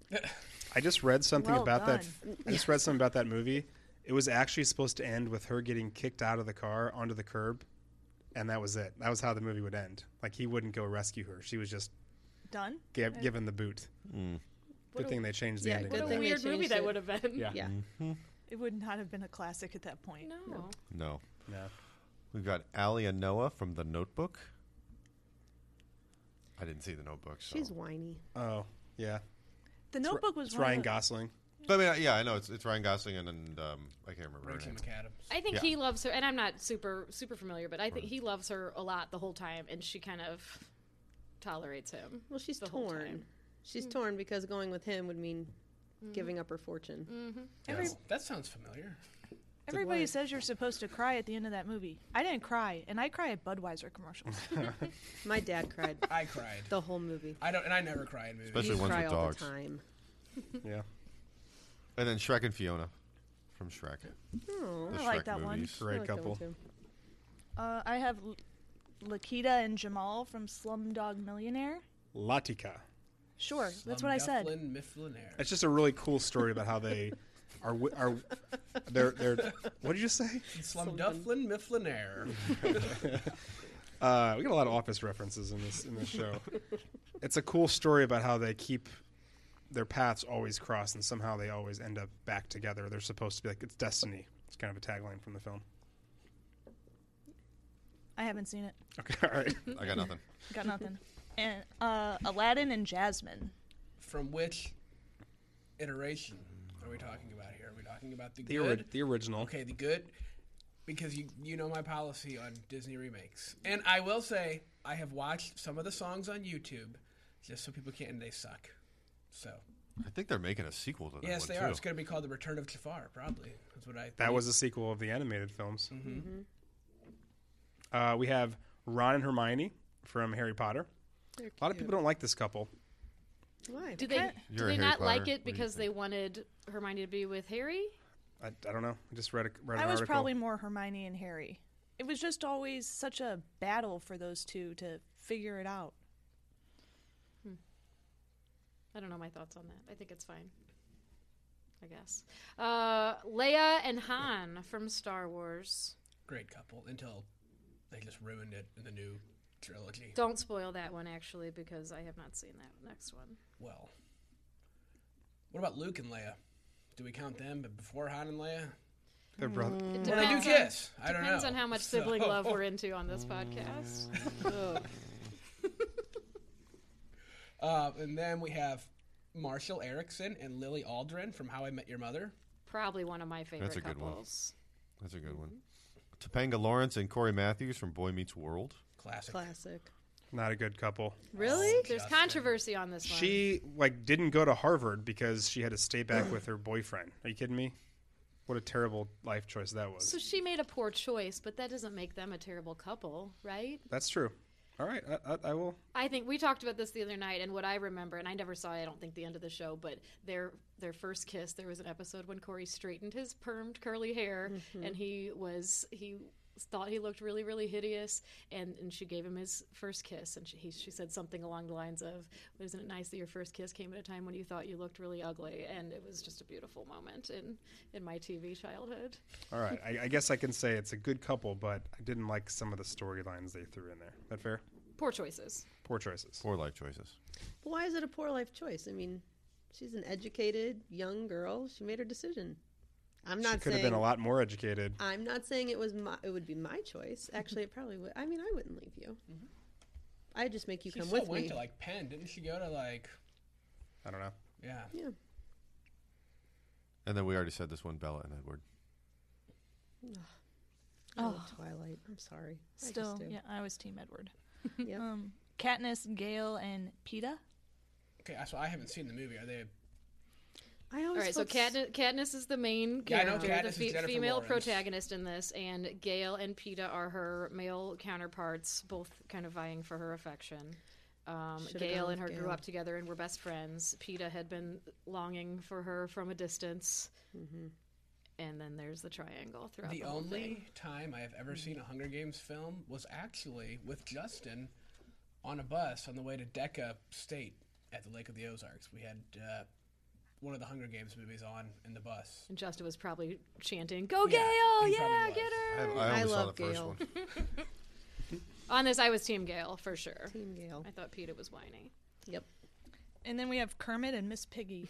[SPEAKER 1] I just read something
[SPEAKER 4] Well
[SPEAKER 1] about that. I just read something about that movie. It was actually supposed to end with her getting kicked out of the car onto the curb, and that was it. That was how the movie would end. Like he wouldn't go rescue her. She was just
[SPEAKER 4] Done.
[SPEAKER 1] g- given the boot. Good thing they changed the
[SPEAKER 5] yeah,
[SPEAKER 1] ending.
[SPEAKER 5] good
[SPEAKER 1] of
[SPEAKER 6] What a
[SPEAKER 1] that.
[SPEAKER 5] thing they
[SPEAKER 6] weird movie
[SPEAKER 5] changed
[SPEAKER 6] that
[SPEAKER 5] it.
[SPEAKER 6] would have been.
[SPEAKER 1] Yeah.
[SPEAKER 5] Yeah.
[SPEAKER 4] It would not have been a classic at that point.
[SPEAKER 6] No.
[SPEAKER 3] No.
[SPEAKER 1] No.
[SPEAKER 3] We've got Ali and Noah from The Notebook. I didn't see The Notebook. So.
[SPEAKER 5] She's whiny.
[SPEAKER 1] Oh yeah.
[SPEAKER 4] The Notebook was
[SPEAKER 1] It's
[SPEAKER 4] one of
[SPEAKER 1] Ryan
[SPEAKER 4] the-
[SPEAKER 1] Gosling.
[SPEAKER 3] But I mean, yeah, I know it's, it's Ryan Gosling and, and um, I can't remember her
[SPEAKER 2] Rachel
[SPEAKER 3] name.
[SPEAKER 2] McAdams.
[SPEAKER 6] I think
[SPEAKER 3] Yeah.
[SPEAKER 6] he loves her, and I'm not super super familiar, but I think he loves her a lot the whole time, and she kind of tolerates him.
[SPEAKER 5] Well, she's
[SPEAKER 6] The whole
[SPEAKER 5] torn.
[SPEAKER 6] time. Mm.
[SPEAKER 5] She's torn because going with him would mean giving up her fortune.
[SPEAKER 6] Mm.
[SPEAKER 4] Every,
[SPEAKER 2] That sounds familiar.
[SPEAKER 4] everybody
[SPEAKER 5] word.
[SPEAKER 4] says you're supposed to cry at the end of that movie. I didn't cry, and I cry at Budweiser commercials.
[SPEAKER 5] My dad cried
[SPEAKER 2] I cried.
[SPEAKER 5] the whole movie.
[SPEAKER 2] I don't, and I never cry in movies.
[SPEAKER 3] Especially
[SPEAKER 5] you
[SPEAKER 3] ones
[SPEAKER 5] cry
[SPEAKER 3] with
[SPEAKER 5] all
[SPEAKER 3] dogs.
[SPEAKER 5] the time.
[SPEAKER 1] Yeah.
[SPEAKER 3] And then Shrek and Fiona from Shrek.
[SPEAKER 5] Oh,
[SPEAKER 3] The
[SPEAKER 4] I like
[SPEAKER 3] Shrek
[SPEAKER 4] that one.
[SPEAKER 3] movies.
[SPEAKER 1] Great
[SPEAKER 5] I like that
[SPEAKER 1] couple.
[SPEAKER 5] one too.
[SPEAKER 4] uh, I have L- Lakita and Jamal from Slumdog Millionaire.
[SPEAKER 1] Latika.
[SPEAKER 4] Sure, that's what I said.
[SPEAKER 2] Slumdufferin Mifflinaire.
[SPEAKER 1] It's just a really cool story about how they are wi- are they're they're what did you say?
[SPEAKER 2] Slumdufferin Mifflinaire.
[SPEAKER 1] Uh, we got a lot of office references in this in this show. it's a cool story about how they keep their paths always cross and somehow they always end up back together. They're supposed to be like it's destiny. It's kind of a tagline from the film.
[SPEAKER 4] I haven't seen it.
[SPEAKER 1] Okay, all right.
[SPEAKER 3] I got nothing.
[SPEAKER 4] Got nothing. and uh, Aladdin and Jasmine.
[SPEAKER 2] From which iteration are we talking about here? Are we talking about the,
[SPEAKER 1] The,
[SPEAKER 2] good?
[SPEAKER 1] ori- the original.
[SPEAKER 2] okay, the good. Because you you know my policy on Disney remakes, and I will say I have watched some of the songs on YouTube, just so people can't and they suck. So
[SPEAKER 3] I think they're making a sequel to that
[SPEAKER 2] yes,
[SPEAKER 3] one,
[SPEAKER 2] they
[SPEAKER 3] too.
[SPEAKER 2] are. It's going to be called The Return of Jafar, probably. That's what I.
[SPEAKER 1] That
[SPEAKER 2] think.
[SPEAKER 1] was a sequel of the animated films.
[SPEAKER 2] Mm-hmm.
[SPEAKER 1] Mm-hmm. Uh, we have Ron and Hermione from Harry Potter. A lot of people don't like this couple.
[SPEAKER 5] Why?
[SPEAKER 6] Do they do
[SPEAKER 3] You're a
[SPEAKER 6] they
[SPEAKER 3] Harry
[SPEAKER 6] not like
[SPEAKER 3] Potter.
[SPEAKER 6] it
[SPEAKER 3] What do you
[SPEAKER 6] because
[SPEAKER 3] think?
[SPEAKER 6] they wanted Hermione to be with Harry?
[SPEAKER 1] I, I don't know. I just read a, read an
[SPEAKER 4] I was
[SPEAKER 1] article.
[SPEAKER 4] probably more Hermione and Harry. It was just always such a battle for those two to figure it out.
[SPEAKER 6] I don't know my thoughts on that. I think it's fine. I guess. Uh, Leia and Han from Star Wars.
[SPEAKER 2] great couple until they just ruined it in the new trilogy.
[SPEAKER 6] Don't spoil that one actually, because I have not seen that next one.
[SPEAKER 2] Well, what about Luke and Leia? Do we count them? But before Han and Leia,
[SPEAKER 1] Their brother.
[SPEAKER 4] Mm.
[SPEAKER 6] It
[SPEAKER 2] well, they do
[SPEAKER 6] depends, on,
[SPEAKER 2] kiss. I don't know.
[SPEAKER 6] depends on how much sibling
[SPEAKER 2] So-
[SPEAKER 6] love we're into on this podcast. Ugh.
[SPEAKER 2] Uh, and then we have Marshall Erickson and Lily Aldrin from How I Met Your Mother.
[SPEAKER 6] Probably one of my favorite
[SPEAKER 3] a good one.
[SPEAKER 6] couples.
[SPEAKER 3] That's a good one. Topanga Lawrence and Corey Matthews from Boy Meets World.
[SPEAKER 2] Classic.
[SPEAKER 5] Classic.
[SPEAKER 1] Not a good couple.
[SPEAKER 5] Really?
[SPEAKER 6] There's controversy on this one.
[SPEAKER 1] She like didn't go to Harvard because she had to stay back with her boyfriend. Are you kidding me? What a terrible life choice that was.
[SPEAKER 6] so she made a poor choice, but that doesn't make them a terrible couple, right?
[SPEAKER 1] That's true. All right, I, I, I will.
[SPEAKER 6] I think we talked about this the other night, and what I remember, and I never saw, I don't think, the end of the show, but their their first kiss. There was an episode when Corey straightened his permed curly hair, and he was he thought he looked really, really hideous, and, and she gave him his first kiss, and she, he, she said something along the lines of, "Isn't it nice that your first kiss came at a time when you thought you looked really ugly?" And it was just a beautiful moment in in my TV childhood.
[SPEAKER 1] All right, I, I guess I can say it's a good couple, but I didn't like some of the storylines they threw in there. Is that fair?
[SPEAKER 6] Poor choices.
[SPEAKER 1] Poor choices.
[SPEAKER 3] Poor life choices.
[SPEAKER 5] But why is it a poor life choice? I mean, she's an educated young girl. She made her decision.
[SPEAKER 1] She
[SPEAKER 5] I'm not
[SPEAKER 1] could
[SPEAKER 5] saying
[SPEAKER 1] have been a lot more educated.
[SPEAKER 5] I'm not saying it was my, it would be my choice. Actually, it probably would. I mean, I wouldn't leave you.
[SPEAKER 1] Mm-hmm.
[SPEAKER 5] I'd just make you
[SPEAKER 2] She
[SPEAKER 5] come
[SPEAKER 2] still
[SPEAKER 5] with
[SPEAKER 2] went
[SPEAKER 5] me.
[SPEAKER 2] to like Penn, didn't she? Go to like
[SPEAKER 1] I don't know.
[SPEAKER 2] yeah.
[SPEAKER 5] yeah.
[SPEAKER 3] And then we already said this one, Bella and Edward.
[SPEAKER 5] I
[SPEAKER 4] Oh.
[SPEAKER 5] love Twilight. I'm sorry. I
[SPEAKER 4] Still,
[SPEAKER 5] just do.
[SPEAKER 4] yeah, I was Team Edward.
[SPEAKER 5] Yep.
[SPEAKER 4] Um, Katniss, Gale, and Peta.
[SPEAKER 2] Okay, so I haven't seen the movie. Are they?
[SPEAKER 5] I always
[SPEAKER 6] All right, so
[SPEAKER 5] felt s-
[SPEAKER 6] Katniss, Katniss is the main
[SPEAKER 2] Yeah, I know Katniss
[SPEAKER 6] character,
[SPEAKER 2] is
[SPEAKER 6] the
[SPEAKER 2] Jennifer
[SPEAKER 6] female
[SPEAKER 2] Lawrence.
[SPEAKER 6] protagonist in this, and Gail and Peta are her male counterparts, both kind of vying for her affection. Um,
[SPEAKER 5] Should've
[SPEAKER 6] Gail
[SPEAKER 5] gone
[SPEAKER 6] and her
[SPEAKER 5] with
[SPEAKER 6] grew
[SPEAKER 5] Gale.
[SPEAKER 6] up together and were best friends. Peta had been longing for her from a distance,
[SPEAKER 5] Mm-hmm.
[SPEAKER 6] and then there's the triangle throughout the,
[SPEAKER 2] The
[SPEAKER 6] whole thing.
[SPEAKER 2] only time I have ever
[SPEAKER 6] Mm-hmm.
[SPEAKER 2] seen a Hunger Games film was actually with Justin on a bus on the way to Decca State at the Lake of the Ozarks. We had uh, one of the Hunger Games movies on in the bus.
[SPEAKER 6] And Justa was probably chanting, "Go
[SPEAKER 2] Yeah,
[SPEAKER 6] Gail,
[SPEAKER 2] he
[SPEAKER 6] yeah,
[SPEAKER 2] probably
[SPEAKER 6] get
[SPEAKER 2] was.
[SPEAKER 3] I, I
[SPEAKER 6] her!"
[SPEAKER 3] only
[SPEAKER 5] I
[SPEAKER 3] saw
[SPEAKER 5] love
[SPEAKER 3] the
[SPEAKER 5] Gale.
[SPEAKER 3] first one.
[SPEAKER 6] On this, I was Team Gail for sure.
[SPEAKER 5] Team Gale.
[SPEAKER 6] I thought Peta was whiny.
[SPEAKER 5] Yep.
[SPEAKER 4] And then we have Kermit and Miss Piggy.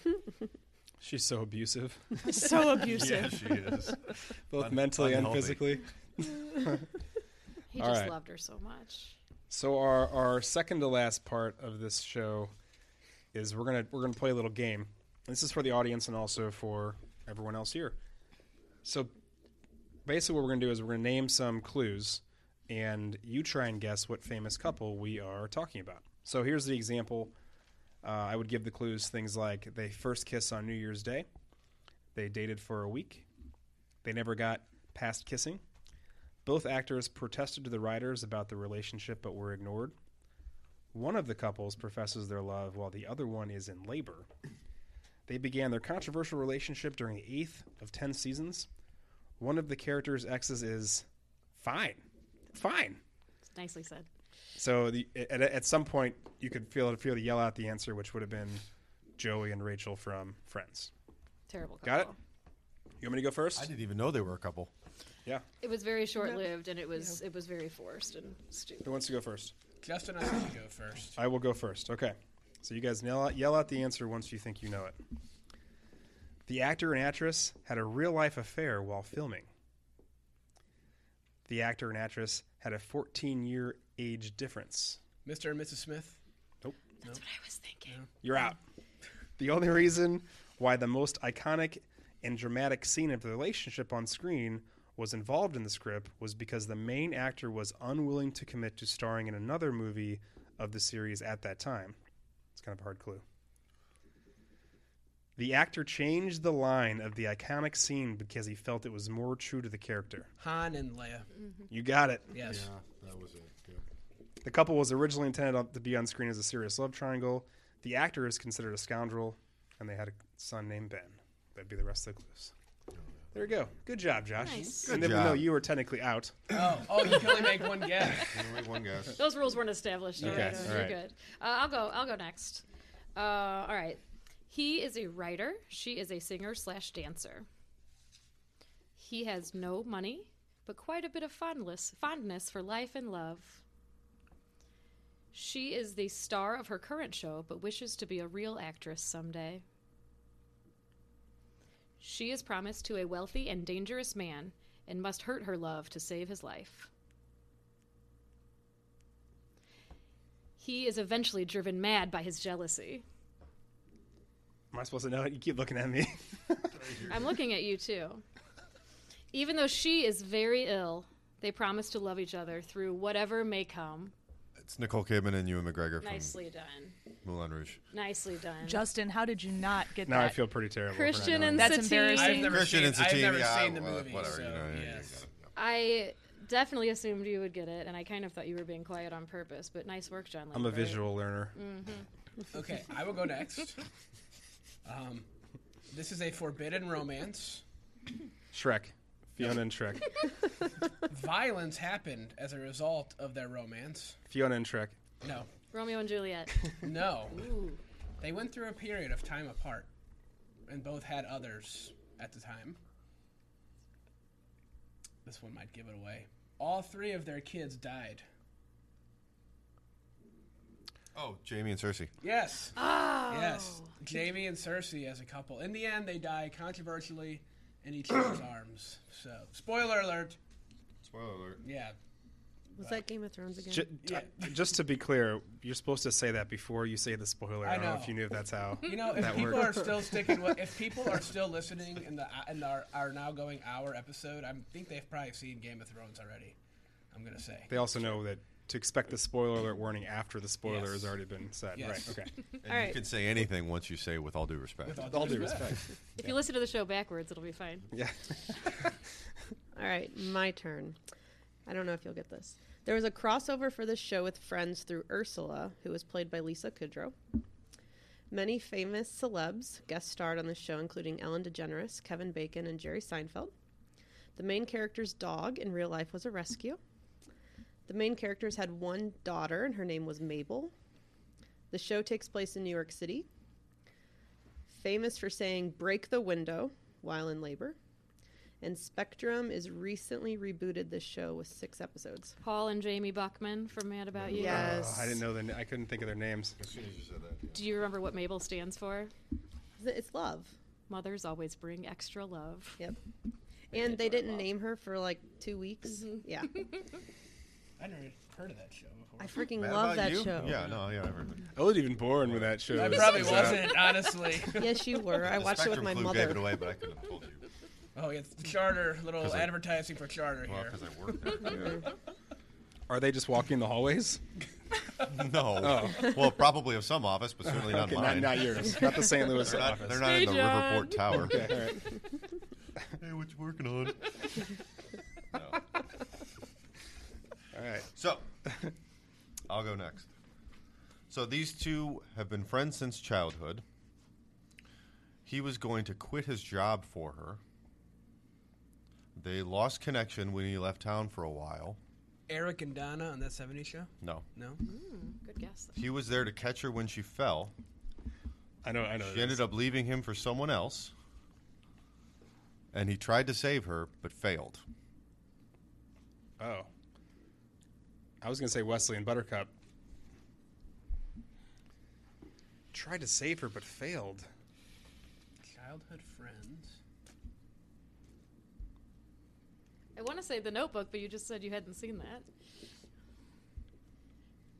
[SPEAKER 1] She's so abusive,
[SPEAKER 4] so abusive.
[SPEAKER 3] yeah, she is.
[SPEAKER 1] both
[SPEAKER 3] Un-
[SPEAKER 1] mentally and
[SPEAKER 3] unhealthy.
[SPEAKER 1] physically.
[SPEAKER 6] He
[SPEAKER 1] All
[SPEAKER 6] just
[SPEAKER 1] right.
[SPEAKER 6] loved her so much.
[SPEAKER 1] So our our second to last part of this show is we're gonna we're gonna play a little game. This is for the audience and also for everyone else here. So basically, what we're gonna do is we're gonna name some clues, and you try and guess what famous couple we are talking about. So here's the example. Uh, I would give the clues things like they first kiss on New Year's Day, they dated for a week, they never got past kissing. Both actors protested to the writers about the relationship but were ignored. One of the couples professes their love while the other one is in labor. They began their controversial relationship during the eighth of ten seasons. One of the characters' exes is fine. Fine.
[SPEAKER 6] Nicely said.
[SPEAKER 1] So the, at, at some point, you could feel feel to yell out the answer, which would have been Joey and Rachel from Friends.
[SPEAKER 6] Terrible. Couple.
[SPEAKER 1] Got it? You want me to go first?
[SPEAKER 3] I didn't even know they were a couple.
[SPEAKER 1] Yeah.
[SPEAKER 6] It was very short lived, and it was it was very forced and stupid.
[SPEAKER 1] Who wants to go first?
[SPEAKER 2] Justin, I think you go first.
[SPEAKER 1] I will go first. Okay. So you guys yell out, yell out the answer once you think you know it. The actor and actress had a real life affair while filming. The actor and actress had a 14 year age difference.
[SPEAKER 2] Mr. and Mrs. Smith.
[SPEAKER 6] That's what I was thinking.
[SPEAKER 1] You're out. The only reason why the most iconic and dramatic scene of the relationship on screen was involved in the script was because the main actor was unwilling to commit to starring in another movie of the series at that time. It's kind of a hard clue. The actor changed the line of the iconic scene because he felt it was more true to the character.
[SPEAKER 2] Han and Leia.
[SPEAKER 3] Mm-hmm.
[SPEAKER 1] You got it.
[SPEAKER 2] Yes.
[SPEAKER 3] that was it.
[SPEAKER 1] The couple was originally intended on- to be on screen as a serious love triangle. The actor is considered a scoundrel, and they had a son named Ben. That'd be the rest of the clues. There you go. Good job, Josh.
[SPEAKER 6] Nice.
[SPEAKER 1] and
[SPEAKER 3] Good
[SPEAKER 1] even though
[SPEAKER 3] job.
[SPEAKER 1] you were technically out,
[SPEAKER 2] Oh, oh, you can only make one guess.
[SPEAKER 3] Only one guess.
[SPEAKER 6] Those rules weren't established.
[SPEAKER 1] Okay,
[SPEAKER 6] already.
[SPEAKER 1] all
[SPEAKER 6] You're
[SPEAKER 1] right.
[SPEAKER 6] good. Uh, I'll go. I'll go next. Uh, all right. He is a writer. She is a singer slash dancer. He has no money, but quite a bit of fondness fondness for life and love. She is the star of her current show, but wishes to be a real actress someday. She is promised to a wealthy and dangerous man and must hurt her love to save his life. He is eventually driven mad by his jealousy.
[SPEAKER 1] am I supposed to know it? You keep looking at me.
[SPEAKER 6] I'm looking at you too. Even though she is very ill, they promise to love each other through whatever may come.
[SPEAKER 3] It's Nicole Kidman and Ewan McGregor from
[SPEAKER 6] Nicely done.
[SPEAKER 3] Moulin Rouge.
[SPEAKER 6] Nicely done.
[SPEAKER 4] Justin, how did you not get
[SPEAKER 1] now
[SPEAKER 4] that?
[SPEAKER 1] I feel pretty terrible. for not
[SPEAKER 6] Christian
[SPEAKER 1] knowing
[SPEAKER 6] and
[SPEAKER 1] that.
[SPEAKER 4] That's
[SPEAKER 6] Satine.
[SPEAKER 4] embarrassing.
[SPEAKER 2] I've never
[SPEAKER 3] Christian
[SPEAKER 2] seen,
[SPEAKER 3] and Satine.
[SPEAKER 2] I've never
[SPEAKER 3] yeah,
[SPEAKER 2] seen the
[SPEAKER 3] well,
[SPEAKER 2] movie.
[SPEAKER 3] Whatever.
[SPEAKER 2] so,
[SPEAKER 3] you know, yeah, yeah,
[SPEAKER 2] yes.
[SPEAKER 3] yeah.
[SPEAKER 6] I definitely assumed you would get it, and I kind of thought you were being quiet on purpose, but nice work, John.
[SPEAKER 1] I'm a
[SPEAKER 6] Landgraf.
[SPEAKER 1] visual learner.
[SPEAKER 6] Mm.
[SPEAKER 2] Okay, I will go next. Um, this is a forbidden romance
[SPEAKER 1] Shrek. Fiona and Trek.
[SPEAKER 2] Violence happened as a result of their romance.
[SPEAKER 1] Fiona and Trek.
[SPEAKER 2] No,
[SPEAKER 6] Romeo and Juliet.
[SPEAKER 2] no.
[SPEAKER 6] Ooh.
[SPEAKER 2] They went through a period of time apart, and both had others at the time. This one might give it away. All three of their kids died.
[SPEAKER 3] Oh, Jamie and Cersei.
[SPEAKER 2] Yes.
[SPEAKER 6] Oh.
[SPEAKER 2] Yes. Jamie and Cersei as a couple. In the end, they die controversially in each other's arms. So, spoiler alert.
[SPEAKER 3] Spoiler alert.
[SPEAKER 2] Yeah.
[SPEAKER 5] Was that Game of Thrones again?
[SPEAKER 1] J-
[SPEAKER 2] Yeah.
[SPEAKER 1] uh, just to be clear, you're supposed to say that before you say the spoiler. I,
[SPEAKER 2] I
[SPEAKER 1] don't know
[SPEAKER 2] know.
[SPEAKER 1] if you knew if that's how.
[SPEAKER 2] You know, if
[SPEAKER 1] That
[SPEAKER 2] people
[SPEAKER 1] worked.
[SPEAKER 2] are still sticking with, if people are still listening in the uh, in our, our now going hour episode, I think they've probably seen Game of Thrones already. I'm gonna say.
[SPEAKER 1] They also know that to expect the spoiler alert warning after the spoiler
[SPEAKER 2] Yes.
[SPEAKER 1] has already been said.
[SPEAKER 2] Yes.
[SPEAKER 1] Right. Okay.
[SPEAKER 3] And
[SPEAKER 5] All
[SPEAKER 3] you
[SPEAKER 5] right.
[SPEAKER 3] can say anything once you say, with all due respect.
[SPEAKER 2] With all
[SPEAKER 1] With all due respect.
[SPEAKER 6] If you listen to the show backwards, it'll be fine.
[SPEAKER 1] yeah.
[SPEAKER 5] All right, my turn. I don't know if you'll get this. There was a crossover for this show with Friends through Ursula, who was played by Lisa Kudrow. Many famous celebs guest starred on the show, including Ellen DeGeneres, Kevin Bacon, and Jerry Seinfeld. The main character's dog in real life was a rescue. The main characters had one daughter, and her name was Mabel. The show takes place in New York City. Famous for saying, break the window while in labor. And Spectrum is recently rebooted this show with six episodes.
[SPEAKER 6] Paul and Jamie Buckman from Mad About You.
[SPEAKER 5] Yeah.
[SPEAKER 1] Oh, I didn't know. The, na- I couldn't think of their names.
[SPEAKER 3] As soon as you said that.
[SPEAKER 6] Do you remember what Mabel stands for?
[SPEAKER 5] It's love.
[SPEAKER 6] Mothers always bring extra love.
[SPEAKER 5] Yep. And they didn't name her for like two weeks. Yeah.
[SPEAKER 2] I never heard of that show before.
[SPEAKER 5] I freaking love that show.
[SPEAKER 3] Yeah, no, yeah, I remember.
[SPEAKER 1] I wasn't even born when that show. uh,
[SPEAKER 2] I
[SPEAKER 1] was-
[SPEAKER 2] probably
[SPEAKER 1] was out.
[SPEAKER 2] wasn't, honestly.
[SPEAKER 5] Yes, you were. I
[SPEAKER 3] The
[SPEAKER 5] watched it with
[SPEAKER 3] Spectrum
[SPEAKER 5] my
[SPEAKER 3] Clue
[SPEAKER 5] mother.
[SPEAKER 3] gave it away, but I couldn't have told you.
[SPEAKER 2] Oh, yeah, it's charter, little
[SPEAKER 3] 'Cause I-
[SPEAKER 2] advertising for charter
[SPEAKER 3] Well,
[SPEAKER 2] here.
[SPEAKER 3] because I worked there.
[SPEAKER 1] Are they just walking the hallways?
[SPEAKER 3] No. Well, probably of some office, but certainly not
[SPEAKER 1] Okay, not,
[SPEAKER 3] mine.
[SPEAKER 1] not yours. Not the St. Louis
[SPEAKER 3] They're not,
[SPEAKER 1] office.
[SPEAKER 3] they're not in the
[SPEAKER 6] Hey, John.
[SPEAKER 3] Riverport Tower.
[SPEAKER 1] Okay, all right.
[SPEAKER 3] Hey, what you working on? no.
[SPEAKER 1] All right.
[SPEAKER 3] So, I'll go next. So, these two have been friends since childhood. He was going to quit his job for her. They lost connection when he left town for a while.
[SPEAKER 2] Eric and Donna on that 70s show?
[SPEAKER 3] No.
[SPEAKER 2] No?
[SPEAKER 6] Good guess.
[SPEAKER 3] He was there to catch her when she fell.
[SPEAKER 1] I know. I know.
[SPEAKER 3] She ended up leaving him for someone else. And he tried to save her, but failed.
[SPEAKER 1] Oh. I was going to say Wesley and Buttercup. Tried to save her, but failed.
[SPEAKER 2] Childhood friends.
[SPEAKER 6] I want to say The Notebook, but you just said you hadn't seen that.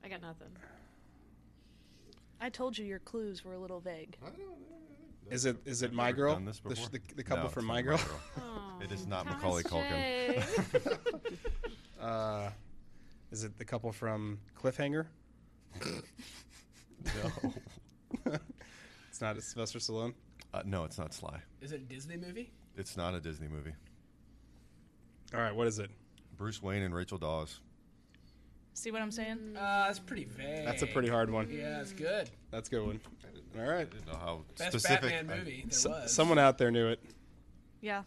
[SPEAKER 6] I got nothing.
[SPEAKER 4] I told you your clues were a little vague.
[SPEAKER 1] Is it is it my
[SPEAKER 3] Ever
[SPEAKER 1] girl?
[SPEAKER 3] done this
[SPEAKER 1] The sh-
[SPEAKER 3] before?
[SPEAKER 1] the, the couple
[SPEAKER 3] No,
[SPEAKER 1] from
[SPEAKER 3] it's
[SPEAKER 1] my
[SPEAKER 3] not
[SPEAKER 1] girl.
[SPEAKER 3] It is not
[SPEAKER 6] Thomas
[SPEAKER 3] Macaulay Culkin.
[SPEAKER 6] J.
[SPEAKER 1] Uh, is it the couple from Cliffhanger?
[SPEAKER 3] No.
[SPEAKER 1] It's not Sylvester Stallone.
[SPEAKER 3] Uh, no, it's not Sly.
[SPEAKER 2] Is it a Disney movie?
[SPEAKER 3] It's not a Disney movie.
[SPEAKER 1] All right, what is it?
[SPEAKER 3] Bruce Wayne and Rachel Dawes.
[SPEAKER 4] See what I'm saying?
[SPEAKER 5] Mm.
[SPEAKER 2] Uh, it's pretty vague.
[SPEAKER 1] That's a pretty hard one.
[SPEAKER 2] Yeah, it's good.
[SPEAKER 1] That's a good one. All right.
[SPEAKER 3] I didn't know how
[SPEAKER 2] Best
[SPEAKER 3] specific.
[SPEAKER 1] uh,
[SPEAKER 2] Batman
[SPEAKER 3] I-
[SPEAKER 2] movie there
[SPEAKER 1] S-
[SPEAKER 2] was.
[SPEAKER 1] someone out there knew it.
[SPEAKER 4] Yeah.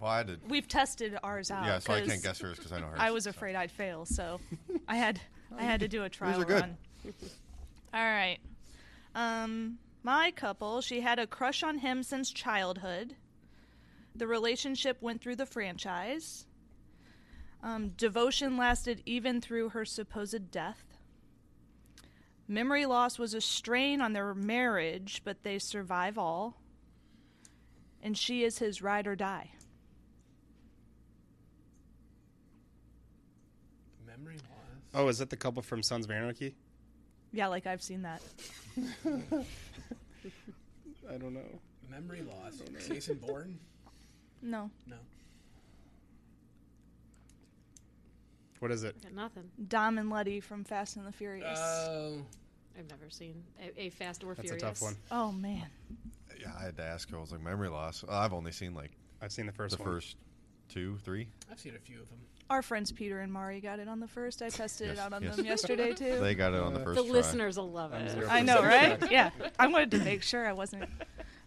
[SPEAKER 3] Well, I did.
[SPEAKER 4] We've tested ours out.
[SPEAKER 3] Yeah, so I
[SPEAKER 4] 'cause
[SPEAKER 3] can't guess hers because I know hers.
[SPEAKER 4] I was afraid I'd fail, so I had I had to do a trial
[SPEAKER 3] are good.
[SPEAKER 4] run. All right. Um, my couple, she had a crush on him since childhood. The relationship went through the franchise. Um, devotion lasted even through her supposed death. Memory loss was a strain on their marriage, but they survive all. And she is his ride or die.
[SPEAKER 2] Memory was.
[SPEAKER 1] Oh, is that the couple from Sons of Anarchy?
[SPEAKER 4] Yeah, like I've seen that.
[SPEAKER 1] I don't know.
[SPEAKER 2] Memory loss.
[SPEAKER 5] Oh,
[SPEAKER 2] Jason Bourne?
[SPEAKER 4] No.
[SPEAKER 2] No.
[SPEAKER 1] What is it?
[SPEAKER 6] I got nothing.
[SPEAKER 4] Dom and Letty from Fast and the Furious.
[SPEAKER 6] Uh,
[SPEAKER 2] Oh.
[SPEAKER 6] I've never seen a, a Fast or
[SPEAKER 1] That's
[SPEAKER 6] Furious.
[SPEAKER 1] a tough one.
[SPEAKER 4] oh man.
[SPEAKER 3] Yeah, I had to ask her. I was like, memory loss. Uh, I've only seen like
[SPEAKER 1] I've seen the first
[SPEAKER 3] the
[SPEAKER 1] one.
[SPEAKER 3] first two, three.
[SPEAKER 2] I've seen a few of them.
[SPEAKER 4] Our friends Peter and Mari got it on the first. I tested
[SPEAKER 3] Yes,
[SPEAKER 4] it out on
[SPEAKER 3] yes.
[SPEAKER 4] them yesterday too.
[SPEAKER 3] They got it on the
[SPEAKER 1] Uh,
[SPEAKER 3] first.
[SPEAKER 6] The
[SPEAKER 3] try.
[SPEAKER 6] listeners will love
[SPEAKER 1] I'm
[SPEAKER 6] it.
[SPEAKER 1] zero
[SPEAKER 4] I know,
[SPEAKER 1] percent
[SPEAKER 4] right?
[SPEAKER 1] correct.
[SPEAKER 4] Yeah. I wanted to make sure I wasn't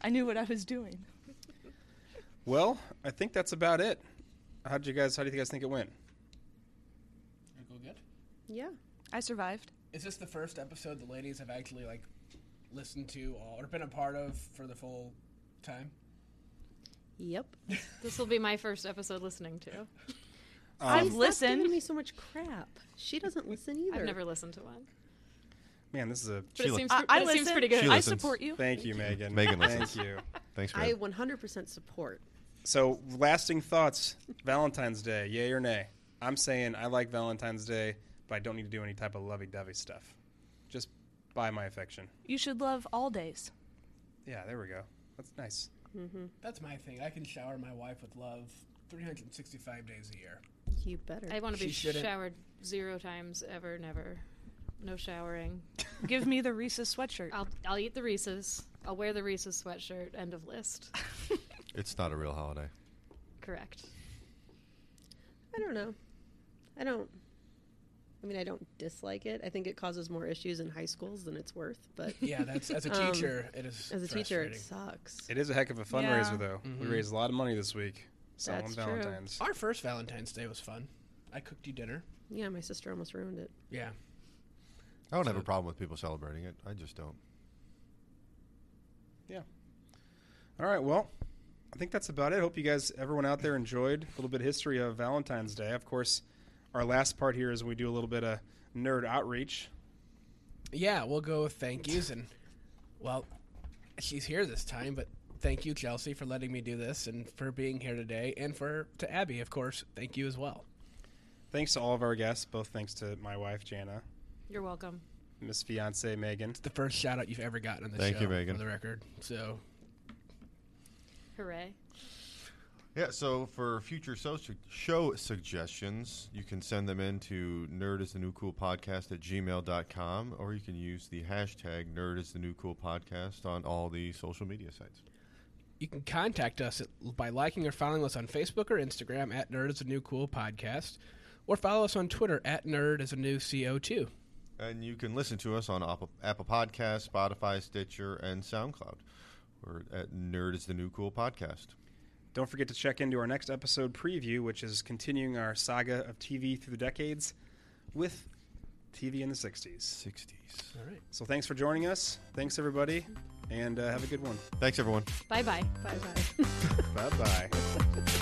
[SPEAKER 4] I knew what I was doing.
[SPEAKER 1] Well, I think that's about it. How did you guys? How do you guys think it went?
[SPEAKER 2] Did it go good?
[SPEAKER 5] Yeah.
[SPEAKER 4] I survived.
[SPEAKER 2] Is this the first episode the ladies have actually like listened to all, or been a part of for the full time?
[SPEAKER 5] Yep.
[SPEAKER 6] This will be my first episode listening to.
[SPEAKER 4] I've
[SPEAKER 5] Stop Giving
[SPEAKER 4] listened.
[SPEAKER 5] me so much crap. She doesn't listen either.
[SPEAKER 6] I've never listened to one,
[SPEAKER 1] Man, this is a.
[SPEAKER 6] but
[SPEAKER 3] Sheila.
[SPEAKER 6] it seems
[SPEAKER 4] I,
[SPEAKER 6] but
[SPEAKER 4] I
[SPEAKER 6] it seems
[SPEAKER 4] listen.
[SPEAKER 6] pretty good.
[SPEAKER 3] She
[SPEAKER 4] I
[SPEAKER 3] listens.
[SPEAKER 4] support you.
[SPEAKER 1] Thank you, Megan.
[SPEAKER 3] Megan
[SPEAKER 1] Thank
[SPEAKER 3] listens.
[SPEAKER 1] you.
[SPEAKER 3] Thanks,
[SPEAKER 5] I
[SPEAKER 3] man.
[SPEAKER 5] 100% support.
[SPEAKER 1] So, lasting thoughts. Valentine's Day, yay or nay? I'm saying I like Valentine's Day, but I don't need to do any type of lovey-dovey stuff. Just buy my affection.
[SPEAKER 4] You should love all days.
[SPEAKER 1] Yeah, there we go. That's nice.
[SPEAKER 2] That's my thing. I can shower my wife with love 365 days a year.
[SPEAKER 5] You better.
[SPEAKER 6] I want to be
[SPEAKER 2] She shouldn't.
[SPEAKER 6] showered zero times ever, never. No showering.
[SPEAKER 4] Give me the Reese's sweatshirt.
[SPEAKER 6] I'll I'll eat the Reese's. I'll wear the Reese's sweatshirt. End of list.
[SPEAKER 3] It's not a real holiday.
[SPEAKER 6] Correct.
[SPEAKER 5] I don't know. I don't. I mean, I don't dislike it. I think it causes more issues in high schools than it's worth. But
[SPEAKER 2] Yeah, that's as a
[SPEAKER 5] Um,
[SPEAKER 2] teacher, it is.
[SPEAKER 5] as a teacher, it
[SPEAKER 2] frustrating.
[SPEAKER 5] sucks.
[SPEAKER 1] It is a heck of a fundraiser,
[SPEAKER 4] Yeah.
[SPEAKER 1] though. We raised a lot of money this week. So
[SPEAKER 5] Mm-hmm. That's
[SPEAKER 1] on
[SPEAKER 5] true.
[SPEAKER 1] Valentine's.
[SPEAKER 2] our first Valentine's Day was fun. I cooked you dinner.
[SPEAKER 5] Yeah, my sister almost ruined it.
[SPEAKER 2] Yeah,
[SPEAKER 3] I don't have a problem with people celebrating it. I just don't.
[SPEAKER 1] Yeah. All right. Well, I think that's about it. Hope you guys, everyone out there, enjoyed a little bit of history of Valentine's Day. Of course, our last part here is we do a little bit of nerd outreach.
[SPEAKER 2] yeah. We'll go with thank yous and well, she's here this time, but thank you, Chelsea, for letting me do this and for being here today, and for to Abby, of course. Thank you as well.
[SPEAKER 1] Thanks to all of our guests. Both thanks to my wife Jana,
[SPEAKER 6] You're welcome.
[SPEAKER 1] Miss Fiance Megan.
[SPEAKER 2] It's the first shout out you've ever gotten on the
[SPEAKER 3] Thank
[SPEAKER 2] show.
[SPEAKER 3] you, Megan.
[SPEAKER 2] For the record, so
[SPEAKER 6] Hooray.
[SPEAKER 3] Yeah, so for future so- show suggestions, you can send them in to nerd is the new cool podcast at gmail.com or you can use the hashtag nerd is the new cool podcast on all the social media sites.
[SPEAKER 2] You can contact us at- by liking or following us on Facebook or Instagram at Nerd is a New Cool Podcast, or follow us on Twitter at Nerd is a New CO2.
[SPEAKER 3] And you can listen to us on Apple, Apple Podcasts, Spotify, Stitcher, and SoundCloud. We're at Nerd is the New Cool Podcast.
[SPEAKER 1] Don't forget to check into our next episode preview, which is continuing our saga of TV through the decades with TV in the 60s.
[SPEAKER 3] 60s.
[SPEAKER 2] All right.
[SPEAKER 1] So thanks for joining us. Thanks, everybody, and uh, have a good one.
[SPEAKER 3] Thanks, everyone.
[SPEAKER 6] Bye bye.
[SPEAKER 5] Bye bye.
[SPEAKER 1] Bye bye.